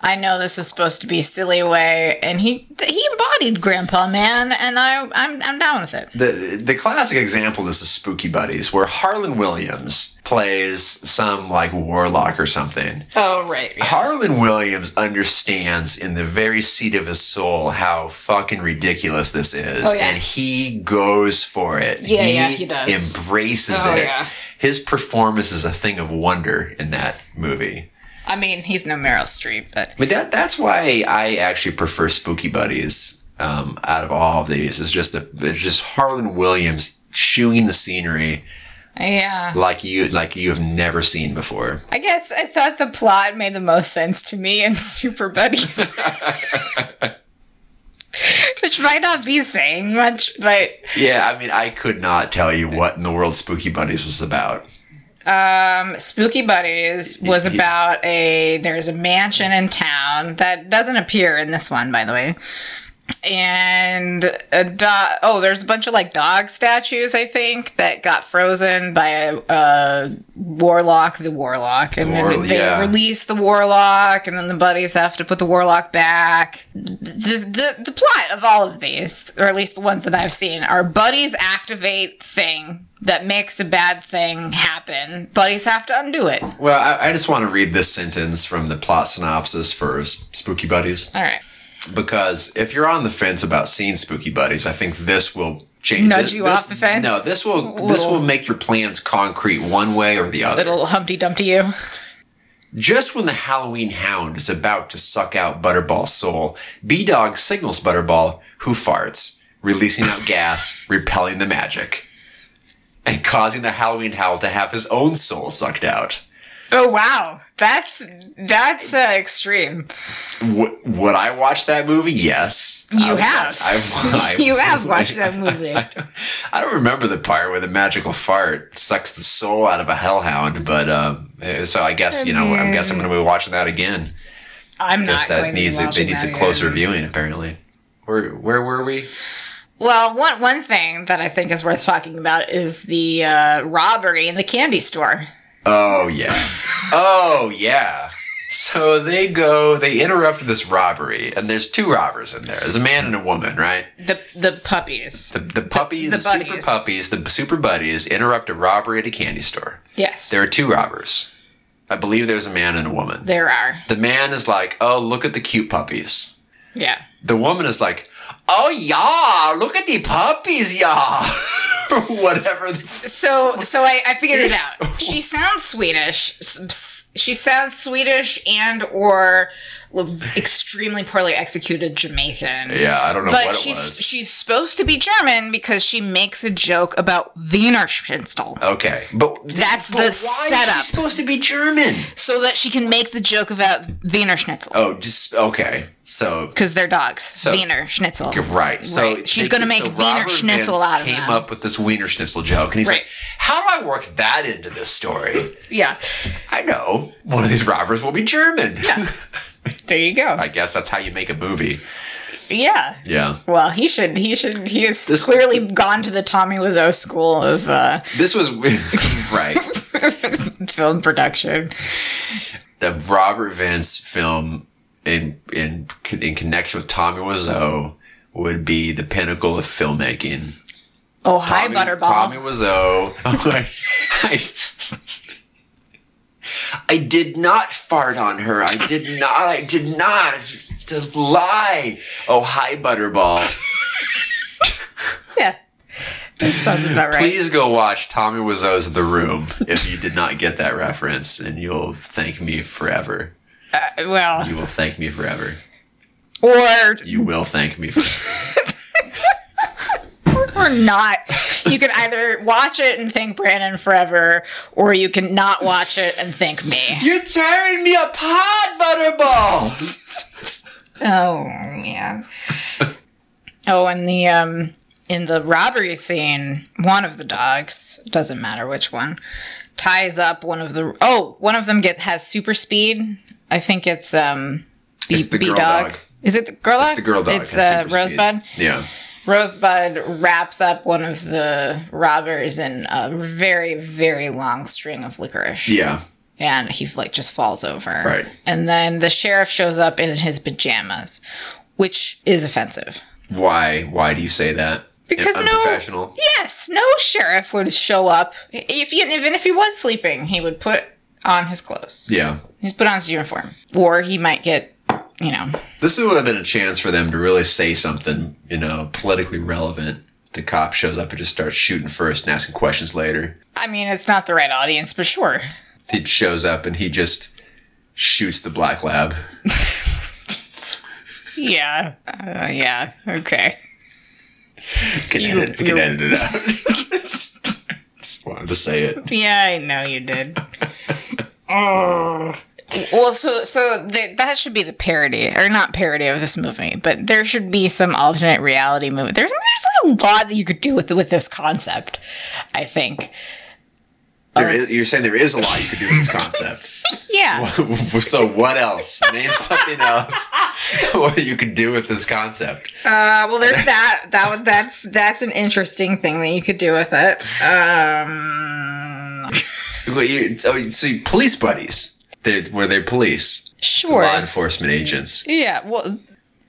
A: I know this is supposed to be silly way, and he he embodied Grandpa Man, and I I'm I'm down with it.
B: the the classic example is the Spooky Buddies, where Harlan Williams plays some like warlock or something.
A: Oh right,
B: Harlan Williams understands in the very seat of his soul how fucking ridiculous this is.
A: Oh, yeah.
B: And he goes for it.
A: Yeah, yeah, he does.
B: embraces
A: Oh,
B: it.
A: yeah.
B: His performance is a thing of wonder in that movie.
A: I mean he's no Meryl Streep, but
B: But that that's why I actually prefer Spooky Buddies um, out of all of these. It's just the it's just Harlan Williams chewing the scenery
A: yeah.
B: like you like you have never seen before.
A: I guess I thought the plot made the most sense to me in *laughs* Super Buddies. *laughs* Which might not be saying much, but
B: Yeah, I mean I could not tell you what in the world Spooky Buddies was about.
A: um, Spooky Buddies was
B: Yeah.
A: about a there's a mansion in town that doesn't appear in this one, by the way. And a dog. Oh, there's a bunch of like dog statues, I think, that got frozen by a, a warlock, the warlock, and
B: war-
A: then they
B: yeah.
A: release the warlock, and then the buddies have to put the warlock back. The, the, the plot of all of these, or at least the ones that I've seen, are buddies activate thing that makes a bad thing happen. Buddies have to undo it. All
B: Well, I, I just want to read this sentence from the plot synopsis for S- Spooky Buddies
A: right.
B: because if you're on the fence about seeing Spooky Buddies, I think this will change.
A: Nudge
B: this-
A: you
B: this-
A: off the fence?
B: No, this will this will make your plans concrete one way or the other.
A: Little Humpty Dumpty you.
B: Just when the Halloween hound is about to suck out Butterball's soul, B Dog signals Butterball, who farts, releasing out gas, *laughs* repelling the magic, and causing the Halloween hound to have his own soul sucked out.
A: Oh, wow. That's, that's uh, extreme.
B: W- would I watch that movie? Yes. I
A: You
B: would-
A: have.
B: I, I,
A: *laughs* you
B: *laughs*
A: have watched that movie.
B: I don't remember the part where the magical fart sucks the soul out of a hellhound, but um, eh, so I guess you know. I guess I'm going to be watching that again.
A: I'm
B: I guess
A: not
B: that
A: going
B: needs
A: to
B: a,
A: be
B: they
A: watching
B: needs
A: that
B: a
A: again.
B: closer viewing. Apparently, where where were we?
A: Well, one one thing that I think is worth talking about is the uh, robbery in the candy store.
B: *laughs* Oh yeah. oh yeah. So they go, they interrupt this robbery, and there's two robbers in there. There's a man and a woman, right?
A: The the puppies.
B: The, the puppy, the,
A: the
B: super
A: buddies.
B: puppies, the super buddies interrupt a robbery at a candy store.
A: yes.
B: There are two robbers. I believe there's a man and a woman.
A: there are.
B: The man is like, oh, look at the cute puppies.
A: Yeah.
B: The woman is like, oh, yeah, look at the puppies, yeah. *laughs* Or Whatever. the f-
A: So, so I, I figured it
B: *laughs*
A: out. She sounds Swedish. S- s- She sounds Swedish and or extremely poorly executed Jamaican.
B: Yeah, I don't know
A: But
B: what it
A: she's
B: was.
A: she's supposed to be German because she makes a joke about Wiener Schnitzel
B: Okay, but
A: That's
B: but
A: the
B: why
A: setup.
B: Is she supposed to be German.
A: so that she can make the joke about Wiener Schnitzel
B: Oh, just okay. So
A: because they're dogs. Wiener Schnitzel.
B: You're right. So
A: Right. She's gonna make Wiener
B: Robert
A: Schnitzel
B: Vince
A: out of
B: Came
A: them.
B: up with this Wiener Schnitzel joke, and he's
A: Right.
B: like, "How do I work that into this story?"
A: Yeah.
B: I know one of these robbers will be German.
A: There you go.
B: I guess that's how you make a movie.
A: Yeah.
B: Yeah.
A: Well, he should. He should. He has clearly gone to the Tommy Wiseau school of uh, *laughs*
B: This was *laughs* right.
A: film production.
B: The Robert Vince film in in in connection with Tommy Wiseau would be the pinnacle of filmmaking.
A: Oh, hi,
B: Tommy-
A: Butterball.
B: Tommy Wiseau. I, I did not fart on her. I did not. I did not. It's a lie. Oh, hi, Butterball.
A: Yeah. That sounds about right.
B: Please go watch Tommy Wiseau's The Room if you did not get that reference, and you'll thank me forever.
A: Uh, well,
B: You will thank me forever.
A: or
B: You will thank me forever.
A: or not. You
B: *laughs*
A: can either watch it and thank Brandon forever, or you can not watch it and thank me.
B: You're tearing me apart, Butterball.
A: *laughs* Oh
B: *laughs*
A: man. oh, and the um in the robbery scene, one of the dogs doesn't matter which one ties up one of the oh one of them get has super speed. I think it's um B,
B: It's the
A: B
B: girl
A: dog.
B: dog.
A: Is it the girl dog?
B: The girl dog.
A: It's
B: has
A: uh,
B: super speed.
A: Rosebud.
B: Yeah.
A: Rosebud wraps up one of the robbers in a very, very long string of licorice.
B: Yeah.
A: And he like just falls over.
B: Right.
A: And then the sheriff shows up in his pajamas, which is offensive.
B: Why? Why do you say that?
A: Because no-
B: unprofessional.
A: Yes, no sheriff would show up if he, even if he was sleeping, he would put on his clothes.
B: Yeah.
A: He'd put on his uniform. Or he might get, you know,
B: This would have been a chance for them to really say something, you know, politically relevant. The cop shows up and just starts shooting first and asking questions later.
A: I mean, it's not the right audience, but sure.
B: He shows up and he just shoots the black lab.
A: Yeah. Uh, yeah. Okay.
B: Can
A: You-
B: edit, can
A: you-
B: edit
A: *laughs*
B: it out. just wanted to say it.
A: Yeah, I know you did. Well, so so th- that should be the parody, or not parody of this movie, but there should be some alternate reality movie. There's there's a lot that you could do with with this concept, I think.
B: There is, you're saying there is a lot you could do with this concept. *laughs*
A: Yeah,
B: so what else? Name
A: *laughs*
B: something else. *laughs* what you could do with this concept?
A: uh, well, there's that that one- that's that's an interesting thing that you could do with it. Um,
B: Well, you, oh, you see, police buddies. They were they police, law
A: sure.
B: enforcement agents.
A: Yeah. Well.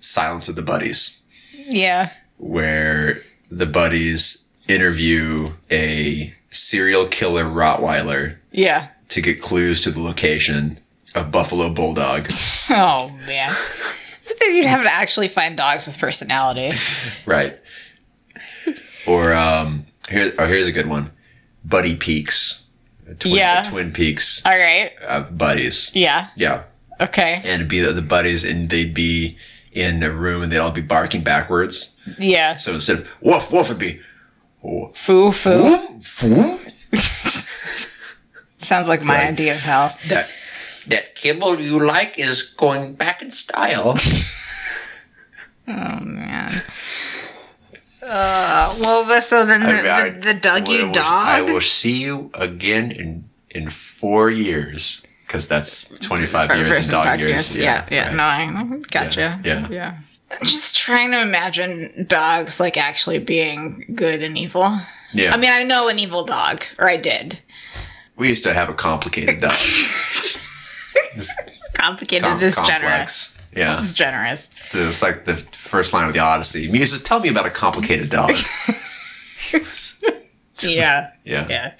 B: Silence of the buddies,
A: Yeah.
B: where the buddies interview a serial killer Rottweiler
A: Yeah.
B: to get clues to the location of Buffalo
A: *laughs*
B: Bulldog.
A: Oh man. But then you'd have to actually find dogs with personality.
B: right. Or um, here, oh, here's a good one, Buddy Peaks. Twin,
A: Yeah.
B: Twin Peaks
A: All right.
B: of buddies.
A: Yeah.
B: Yeah.
A: Okay.
B: And it'd be the, the buddies, and they'd be in a room, and they'd all be barking backwards.
A: Yeah.
B: So instead of woof woof, it'd be
A: Foo foo.
B: woof woof.
A: Sounds like my
B: Right.
A: idea of hell.
B: That that kibble you like is going back in style.
A: Man. Uh, well, the, so then the, the, the Doug you dog.
B: I will see you again in in four years because that's twenty five
A: First
B: years in dog,
A: dog
B: years.
A: years. Yeah, yeah.
B: right.
A: No, I gotcha.
B: Yeah, yeah.
A: yeah. I'm Just trying to imagine dogs like actually being good and evil.
B: Yeah.
A: I mean, I know an evil dog, or I did. *laughs*
B: we used to have a complicated dog.
A: complicated is generous.
B: complex. Yeah.
A: It's generous.
B: So it's like the first line of the Odyssey. Muses, tell me about a
A: *laughs*
B: complicated dog.
A: Yeah.
B: *laughs* Yeah.
A: yeah.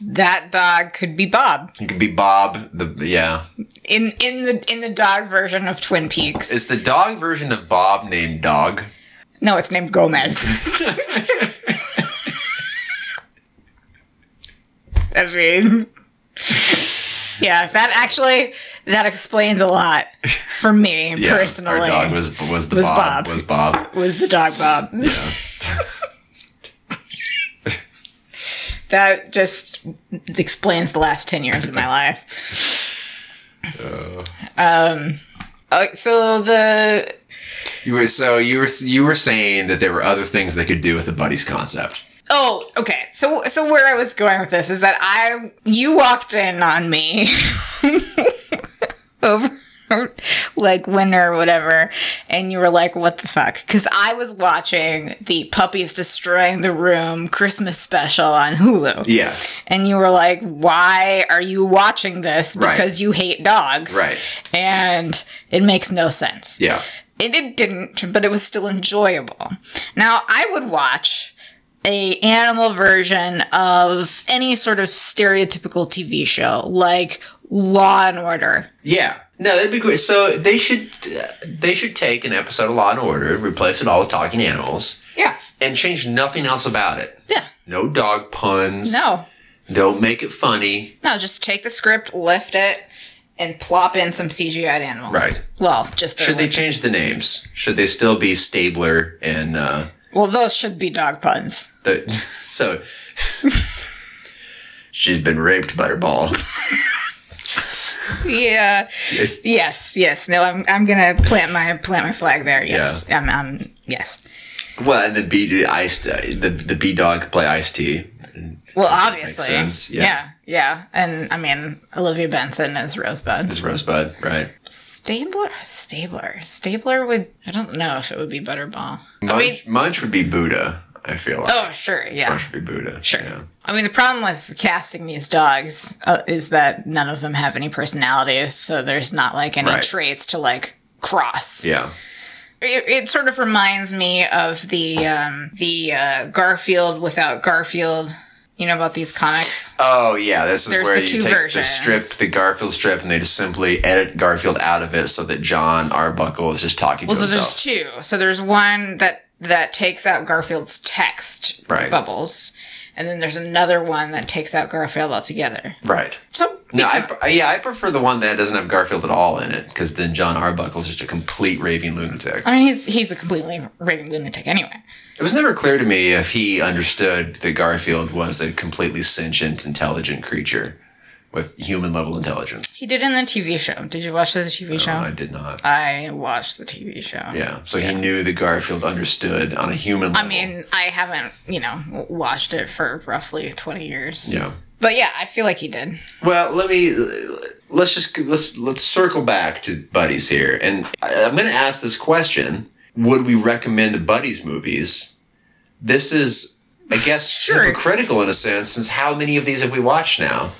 A: That dog could be Bob
B: It could be Bob. The yeah.
A: in in the in the dog version of Twin Peaks.
B: Is the dog version of Bob named Dog?
A: no, it's named Gomez.
B: *laughs*
A: I mean, yeah, that actually that explains a lot for
B: *laughs*
A: me personally.
B: Our dog was was the
A: was
B: Bob,
A: Bob.
B: Was Bob.
A: was the dog Bob.
B: Yeah.
A: *laughs* That just explains the last 10 years of my life.
B: *laughs* Uh.
A: Um, uh, so the.
B: you were so you were you were saying that there were other things they could do with the buddies concept.
A: Oh, okay. So, so where I was going with this is that I. You walked in on me *laughs* over. Like winter or whatever, and you were like, "What the fuck?" Because I was watching the puppies destroying the room Christmas special on Hulu.
B: Yes.
A: and you were like, "Why are you watching this?
B: Right.
A: Because you hate dogs,
B: Right.
A: And it makes no sense.
B: Yeah.
A: It, it didn't, but it was still enjoyable. Now I would watch a animal version of any sort of stereotypical TV show, like Law and Order.
B: Yeah. No, that'd be great. So they should they should take an episode of Law and Order, replace it all with talking animals,
A: Yeah,
B: and change nothing else about it.
A: yeah.
B: No dog puns.
A: No,
B: Don't make it funny.
A: no. Just take the script, lift it, and plop in some CGI animals.
B: Right.
A: Well, just their
B: Should they
A: lips.
B: change the names? Should they still be Stabler and uh,
A: Well, those should be dog puns.
B: the? *laughs* So she's been raped, *laughs* Butterball.
A: Yeah.
B: Yes.
A: Yes. Yes. No. I'm. I'm gonna plant my plant my flag there. Yes. Um. um yes.
B: Well, and the B ice uh, the the B dog could play Ice T.
A: Well, obviously.
B: sense, yeah.
A: Yeah. yeah. And I mean, Olivia Benson is Rosebud.
B: It's Rosebud, right?
A: Stabler. Stabler. Stabler would. I don't know if it would be Butterball. I mean.
B: Munch, Munch would be Buddha. I feel like
A: Oh, sure. Yeah.
B: Munch would be Buddha.
A: Sure.
B: yeah.
A: I mean, the problem with casting these dogs uh, is that none of them have any personality, so there's not like any
B: Right.
A: traits to like cross.
B: Yeah.
A: it, it sort of reminds me of the um, the uh, Garfield without Garfield. You know about these comics?
B: Oh yeah, this is
A: There's
B: where
A: the
B: you
A: two
B: take
A: versions.
B: the strip, the Garfield strip, and they just simply edit Garfield out of it so that John Arbuckle is just talking
A: Well,
B: to
A: so
B: himself.
A: there's two. So there's one that that takes out Garfield's text
B: Right.
A: bubbles, and then there's another one that takes out Garfield altogether.
B: right.
A: So
B: No, I, I- yeah, I prefer the one that doesn't have Garfield at all in it because then John Arbuckle's just a complete raving lunatic.
A: I mean, he's he's a completely raving lunatic anyway.
B: It was never clear to me if he understood that Garfield was a completely sentient, intelligent creature with human level intelligence.
A: He did in the TV show. Did you watch the TV show?
B: Oh, I did not.
A: I watched the TV show.
B: Yeah, so he knew that Garfield understood on a human level.
A: I mean, I haven't, you know, watched it for roughly 20 years.
B: yeah.
A: But yeah, I feel like he did.
B: Well, let me let's just let's let's circle back to buddies here, and I, I'm going to ask this question: Would we recommend buddies movies? This is, I guess,
A: *laughs* Sure.
B: hypocritical in a sense, since how many of these have we watched now?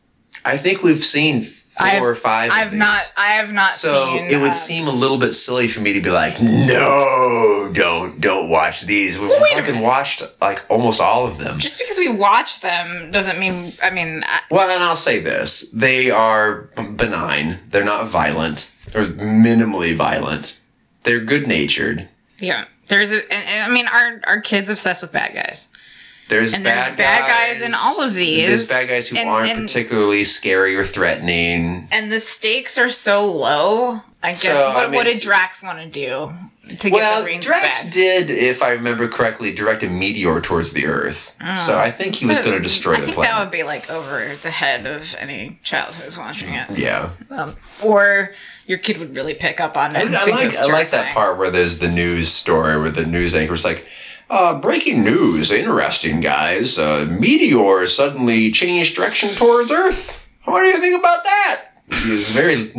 B: I think we've seen 4 or five. of
A: I've
B: these.
A: not. I have not
B: So
A: seen.
B: it would
A: uh,
B: seem a little bit silly for me to be like, no, don't don't watch these. We've
A: a
B: fucking
A: minute.
B: watched like almost all of them.
A: just because we watch them doesn't mean. I mean, I,
B: Well, and I'll say this: they are benign. They're not violent or minimally violent. They're good natured.
A: yeah. There's. A, and, and, I mean, our our kids obsessed with bad guys.
B: There's
A: And there's
B: bad
A: bad guys in all of these.
B: There's bad guys who
A: And-
B: aren't
A: and-
B: particularly scary or threatening.
A: And the stakes are so low. I guess.
B: So, I
A: what,
B: mean,
A: what did
B: it's-
A: Drax want to do to get
B: Well,
A: the rings
B: Drax
A: back?
B: did, if I remember correctly, direct a meteor towards the Earth. So I think he was going to destroy
A: Mm. I
B: the
A: think
B: planet.
A: that would be like over the head of any child who's watching it,
B: yeah,
A: um, or your kid would really pick up on it.
B: I,
A: and
B: I
A: think
B: like
A: it's
B: I like that
A: terrifying.
B: part where there's the news story where the news anchor's like, uh, breaking news, interesting guys, uh, meteor suddenly changed direction towards Earth. What do you think about that? He's very, *laughs*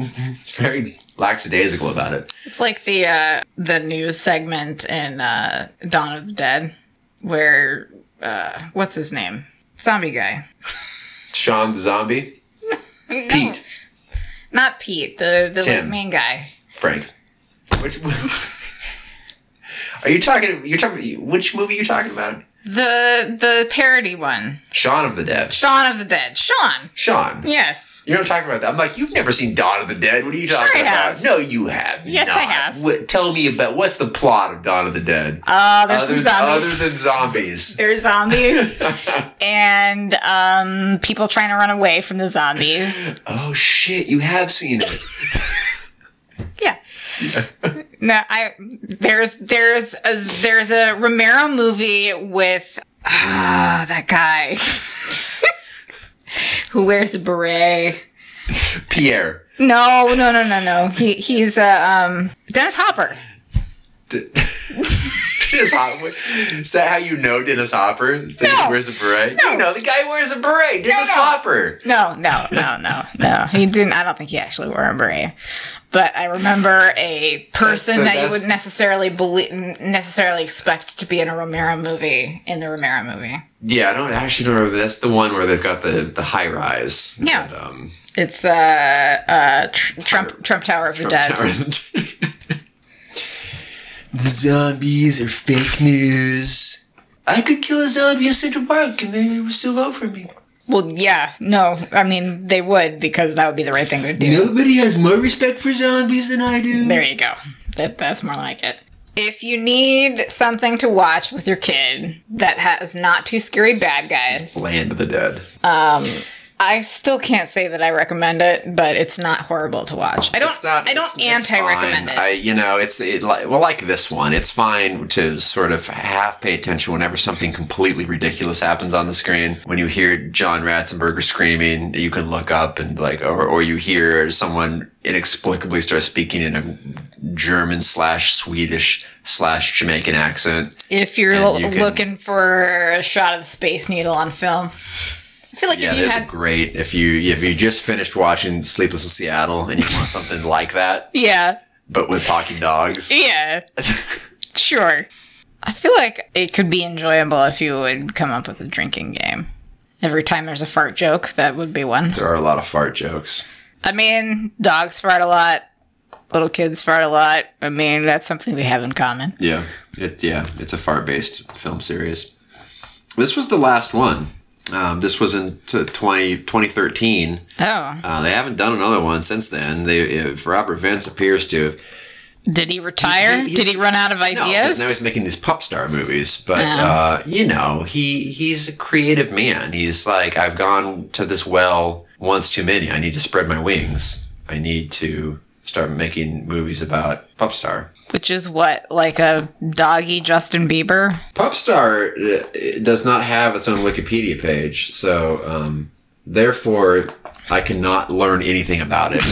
B: very lackadaisical about it.
A: It's like the uh, the news segment in uh, Dawn of the Dead, where uh, what's his name, zombie guy?
B: *laughs* Sean the zombie, Pete.
A: Not Pete, the the
B: Tim.
A: main guy.
B: Frank. Which *laughs* are you talking? You're talking. Which movie are you talking about?
A: The the parody one.
B: Shaun of the Dead.
A: Shaun of the Dead. Sean.
B: Sean.
A: Yes.
B: You're not talking about that. I'm like, you've never seen Dawn of the Dead. What are you talking
A: Sure I
B: about?
A: have.
B: No, you have.
A: Yes,
B: not.
A: I have.
B: What, tell me about what's the plot of Dawn of the Dead?
A: Uh there's some zombies.
B: Other than zombies.
A: there's zombies and um people trying to run away from the zombies.
B: Oh shit! You have seen
A: *laughs*
B: it.
A: Yeah. no, I there's there's a, there's a Romero movie with ah that guy *laughs* who wears a beret.
B: Pierre.
A: No, no, no, no, no. He he's uh, um Dennis Hopper.
B: *laughs* D- Dennis Hopper. Is that how you know Dennis Hopper? Is that
A: No.
B: he wears a beret? No. You know the guy who wears a beret. Dennis
A: no.
B: Hopper.
A: No, no, no, no, no. He didn't. I don't think he actually wore a beret. But I remember a person
B: That's-
A: that you
B: that's-
A: wouldn't necessarily believe, necessarily expect to be in a Romero movie in the Romero movie.
B: Yeah, I don't I actually don't remember. That's the one where they've got the the high rise.
A: Yeah.
B: And, um,
A: It's uh, uh, tr- Trump Trump Tower of the Dead.
B: the *laughs* zombies are fake news. I could kill a zombie in Central Park and they would still vote for me.
A: Well, yeah, no, I mean they would because that would be the right thing to do.
B: Nobody has more respect for zombies than I do.
A: There you go. That that's more like it. If you need something to watch with your kid that has not too scary bad guys,
B: Land of the Dead.
A: I still can't say that I recommend it, but it's not horrible to watch. I don't.
B: It's not-
A: I don't
B: it's- it's
A: anti-recommend it.
B: fine. I, you know, it's it, like, well, like this one. It's fine to sort of half pay attention whenever something completely ridiculous happens on the screen. When you hear John Ratzenberger screaming, you can look up and like, or or you hear someone inexplicably start speaking in a German slash Swedish slash Jamaican accent.
A: if you're
B: and you
A: l-
B: can-
A: looking for a shot of the Space Needle on film, I feel like
B: Yeah,
A: if you
B: those
A: had,
B: are great. If you if you just finished watching Sleepless in Seattle and you want something like that,
A: yeah,
B: but with
A: *laughs*
B: talking dogs. *laughs*
A: yeah, sure. I feel like it could be enjoyable if you would come up with a drinking game. Every time there's a fart joke, that would be one.
B: There are a lot of fart jokes.
A: I mean, dogs fart a lot. Little kids fart a lot. I mean, that's something they have in common.
B: Yeah, it, yeah, it's a fart based film series. This was the last one. Um, this was in t- 20, 2013.
A: Oh,
B: Uh, they haven't done another one since then. They, if Robert Vince appears to have.
A: did he retire?
B: he's-
A: did he run out of
B: No, 'cause
A: ideas?
B: now he's making these pop star movies. But, uh, you know, he he's a creative man. He's like, I've gone to this well once too many. I need to spread my wings. I need to start making movies about pop star.
A: Which is what, like a doggy Justin Bieber?
B: Popstar uh, it does not have its own Wikipedia page, so um, therefore I cannot learn anything
A: *laughs*
B: about it.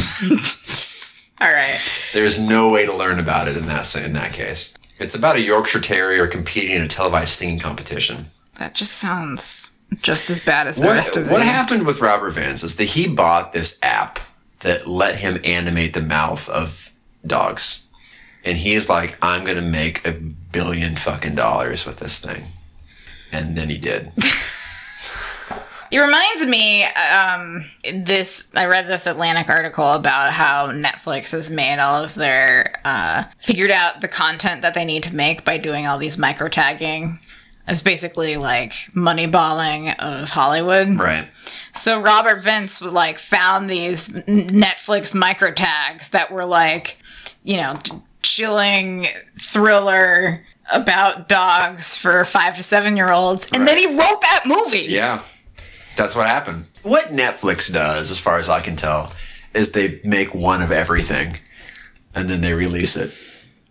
A: All right.
B: There's no way to learn about it in that s- in that case. It's about a Yorkshire Terrier competing in a televised singing competition.
A: That just sounds just as bad as the
B: What,
A: rest of
B: what
A: these.
B: happened with Robert Vance is that he bought this app that let him animate the mouth of dogs, and he's like, "I'm gonna make a billion fucking dollars with this thing," and then he did. *laughs*
A: It reminds me, um, this, I read this Atlantic article about how Netflix has made all of their, uh, figured out the content that they need to make by doing all these micro tagging. It's basically like moneyballing of Hollywood.
B: right.
A: So Robert Vince like found these n- Netflix micro tags that were like, you know, t- chilling thriller about dogs for five to seven year olds, and then he wrote that movie.
B: Yeah. That's what happened. What Netflix does, as far as I can tell, is they make one of everything and then they release it.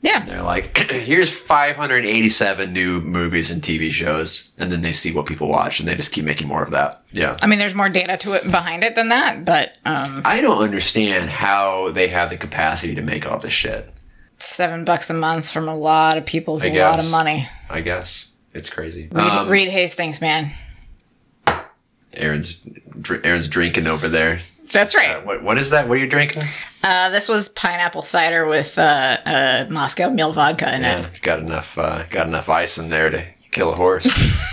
A: yeah,
B: They're like, *clears throat* here's 587 new movies and TV shows. And then they see what people watch and they just keep making more of that. Yeah.
A: I mean, there's more data to it behind it than that, but um,
B: I don't understand how they have the capacity to make all this shit.
A: seven bucks a month from a lot of people is a lot
B: guess.
A: of money.
B: I guess. It's crazy.
A: Reed,
B: Um,
A: Reed Hastings, man,
B: Aaron's, dr- Aaron's drinking over there.
A: that's right.
B: What, what is that? What are you drinking?
A: Uh, this was pineapple cider with uh, uh, Moscow Mule vodka in
B: Yeah, got enough, uh, got enough ice in there to kill a *laughs* horse.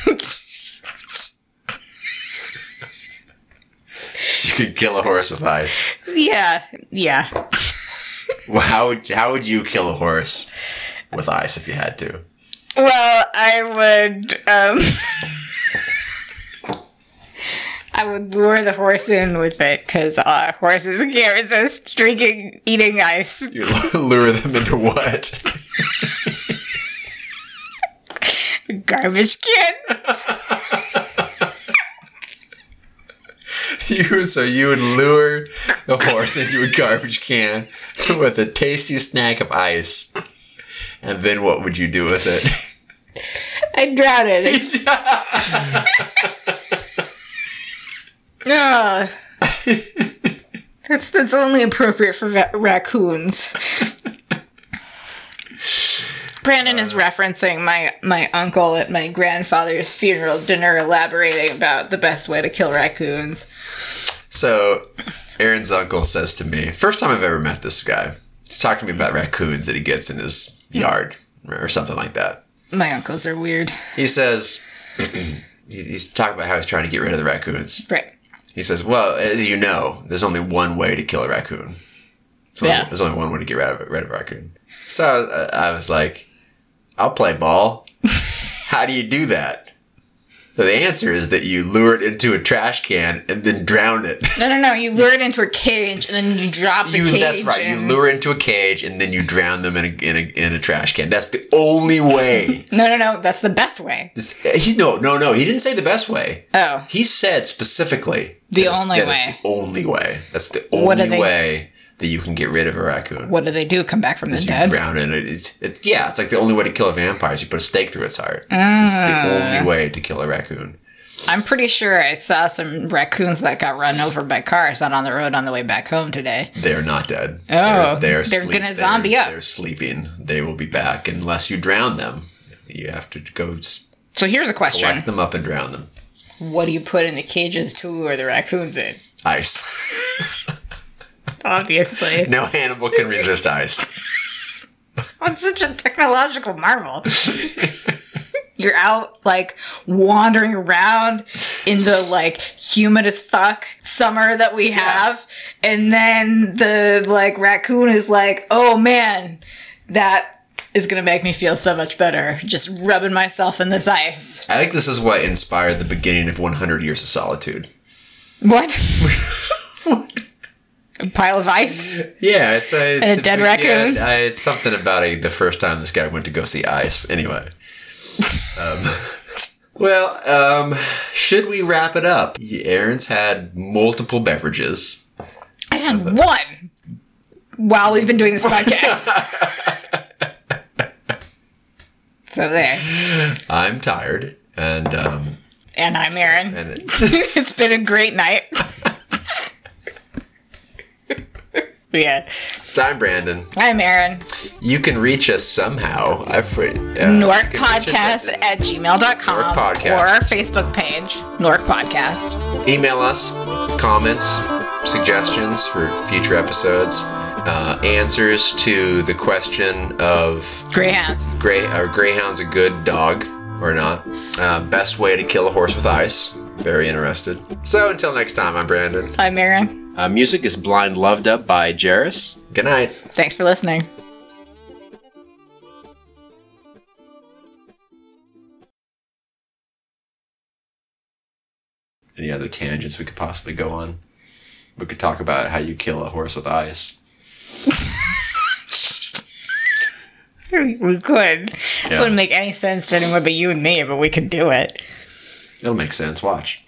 A: it.
B: So could kill a horse with ice.
A: Yeah, yeah.
B: Well, how would how would you kill a horse with ice if you had to?
A: Well, I would. Um, *laughs* I would lure the horse in with it because uh, horses can't resist drinking, eating ice.
B: You *laughs* lure them into what?
A: Garbage can.
B: You so you would lure the horse into a garbage can with a tasty snack of ice, and then what would you do with it?
A: I drown it.
B: *laughs*
A: Ugh. Ah. that's that's only appropriate for va- raccoons. Brandon is referencing my my uncle at my grandfather's funeral dinner, elaborating about the best way to kill raccoons.
B: So, Aaron's uncle says to me, first time I've ever met this guy. He's talking to me about raccoons that he gets in his yard or something like that.
A: My uncles are weird,
B: He says, *clears throat* he- he's talking about how he's trying to get rid of the raccoons.
A: right?
B: He says, "Well, as you know, there's only one way to kill a raccoon. There's only,
A: Yeah.
B: there's only one way to get rid of, rid of a raccoon." So I, I was like, "I'll play ball. *laughs* How do you do that?" So the answer is that you lure it into a trash can and then drown it.
A: No, no, no. You lure it into a cage and then you drop the
B: You,
A: cage.
B: that's right. You
A: and-
B: lure it into a cage and then you drown them in a, in a, in a trash can. That's the
A: *laughs*
B: only way.
A: no, no, no. That's the best way.
B: It's- he's no, no, no. He didn't say the best way.
A: Oh.
B: He said specifically
A: The
B: that is-
A: only
B: that is
A: way.
B: the only way. That's the
A: What do
B: only
A: they-
B: way that you can get rid of a raccoon.
A: What do they do? Come back from the
B: You
A: dead?
B: drown it. It, it, it. Yeah, it's like the only way to kill a vampire is you put a stake through its heart. It's, it's
A: Ah.
B: the only way to kill a raccoon.
A: I'm pretty sure I saw some raccoons that got run over by cars out on the road on the way back home today.
B: They're not dead.
A: Oh,
B: they're,
A: they're gonna zombie
B: they're,
A: up.
B: They're sleeping. They will be back unless you drown them. You have to go s-
A: So here's a question.
B: whack them up and drown them.
A: What do you put in the cages to lure the raccoons in?
B: Ice. *laughs*
A: Obviously.
B: No animal can resist ice.
A: *laughs* That's such a technological marvel. *laughs* You're out like wandering around in the like humid as fuck summer that we have. And then the like raccoon is like, oh man, that is gonna make me feel so much better. Just rubbing myself in this ice.
B: I think this is what inspired the beginning of 100 Years of Solitude. *laughs*
A: What? a pile of
B: *laughs*
A: ice?
B: Yeah, it's a,
A: And a dead
B: yeah,
A: raccoon.
B: I- it's something about a, the first time this guy went to go see ice. Anyway. Um, *laughs* well, um, should we wrap it up? Aaron's had multiple beverages.
A: And one while we've been doing this
B: *laughs*
A: podcast. so there.
B: I'm tired, and um,
A: And I'm Aaron.
B: and *laughs* it,
A: *laughs* it's been a great night. *laughs* yeah.
B: I'm Brandon.
A: I'm Aaron.
B: You can reach us somehow. I've uh,
A: Nork
B: you can reach us
A: Podcast at gmail.com
B: Nork Podcast.
A: or our Facebook page, Nork Podcast.
B: email us comments, suggestions for future episodes, uh, answers to the question of
A: Greyhounds.
B: Grey, are greyhounds a good dog or not? Uh, best way to kill a horse with ice. Very interested. So until next time, I'm Brandon.
A: I'm Aaron.
B: Uh, music is Blind Loved Up by Jarris. Good night.
A: Thanks for listening.
B: Any other tangents we could possibly go on? We could talk about how you kill a horse with ice.
A: *laughs* We could.
B: Yeah.
A: Wouldn't make any sense to anyone but you and me, but we could do it.
B: It'll make sense. Watch.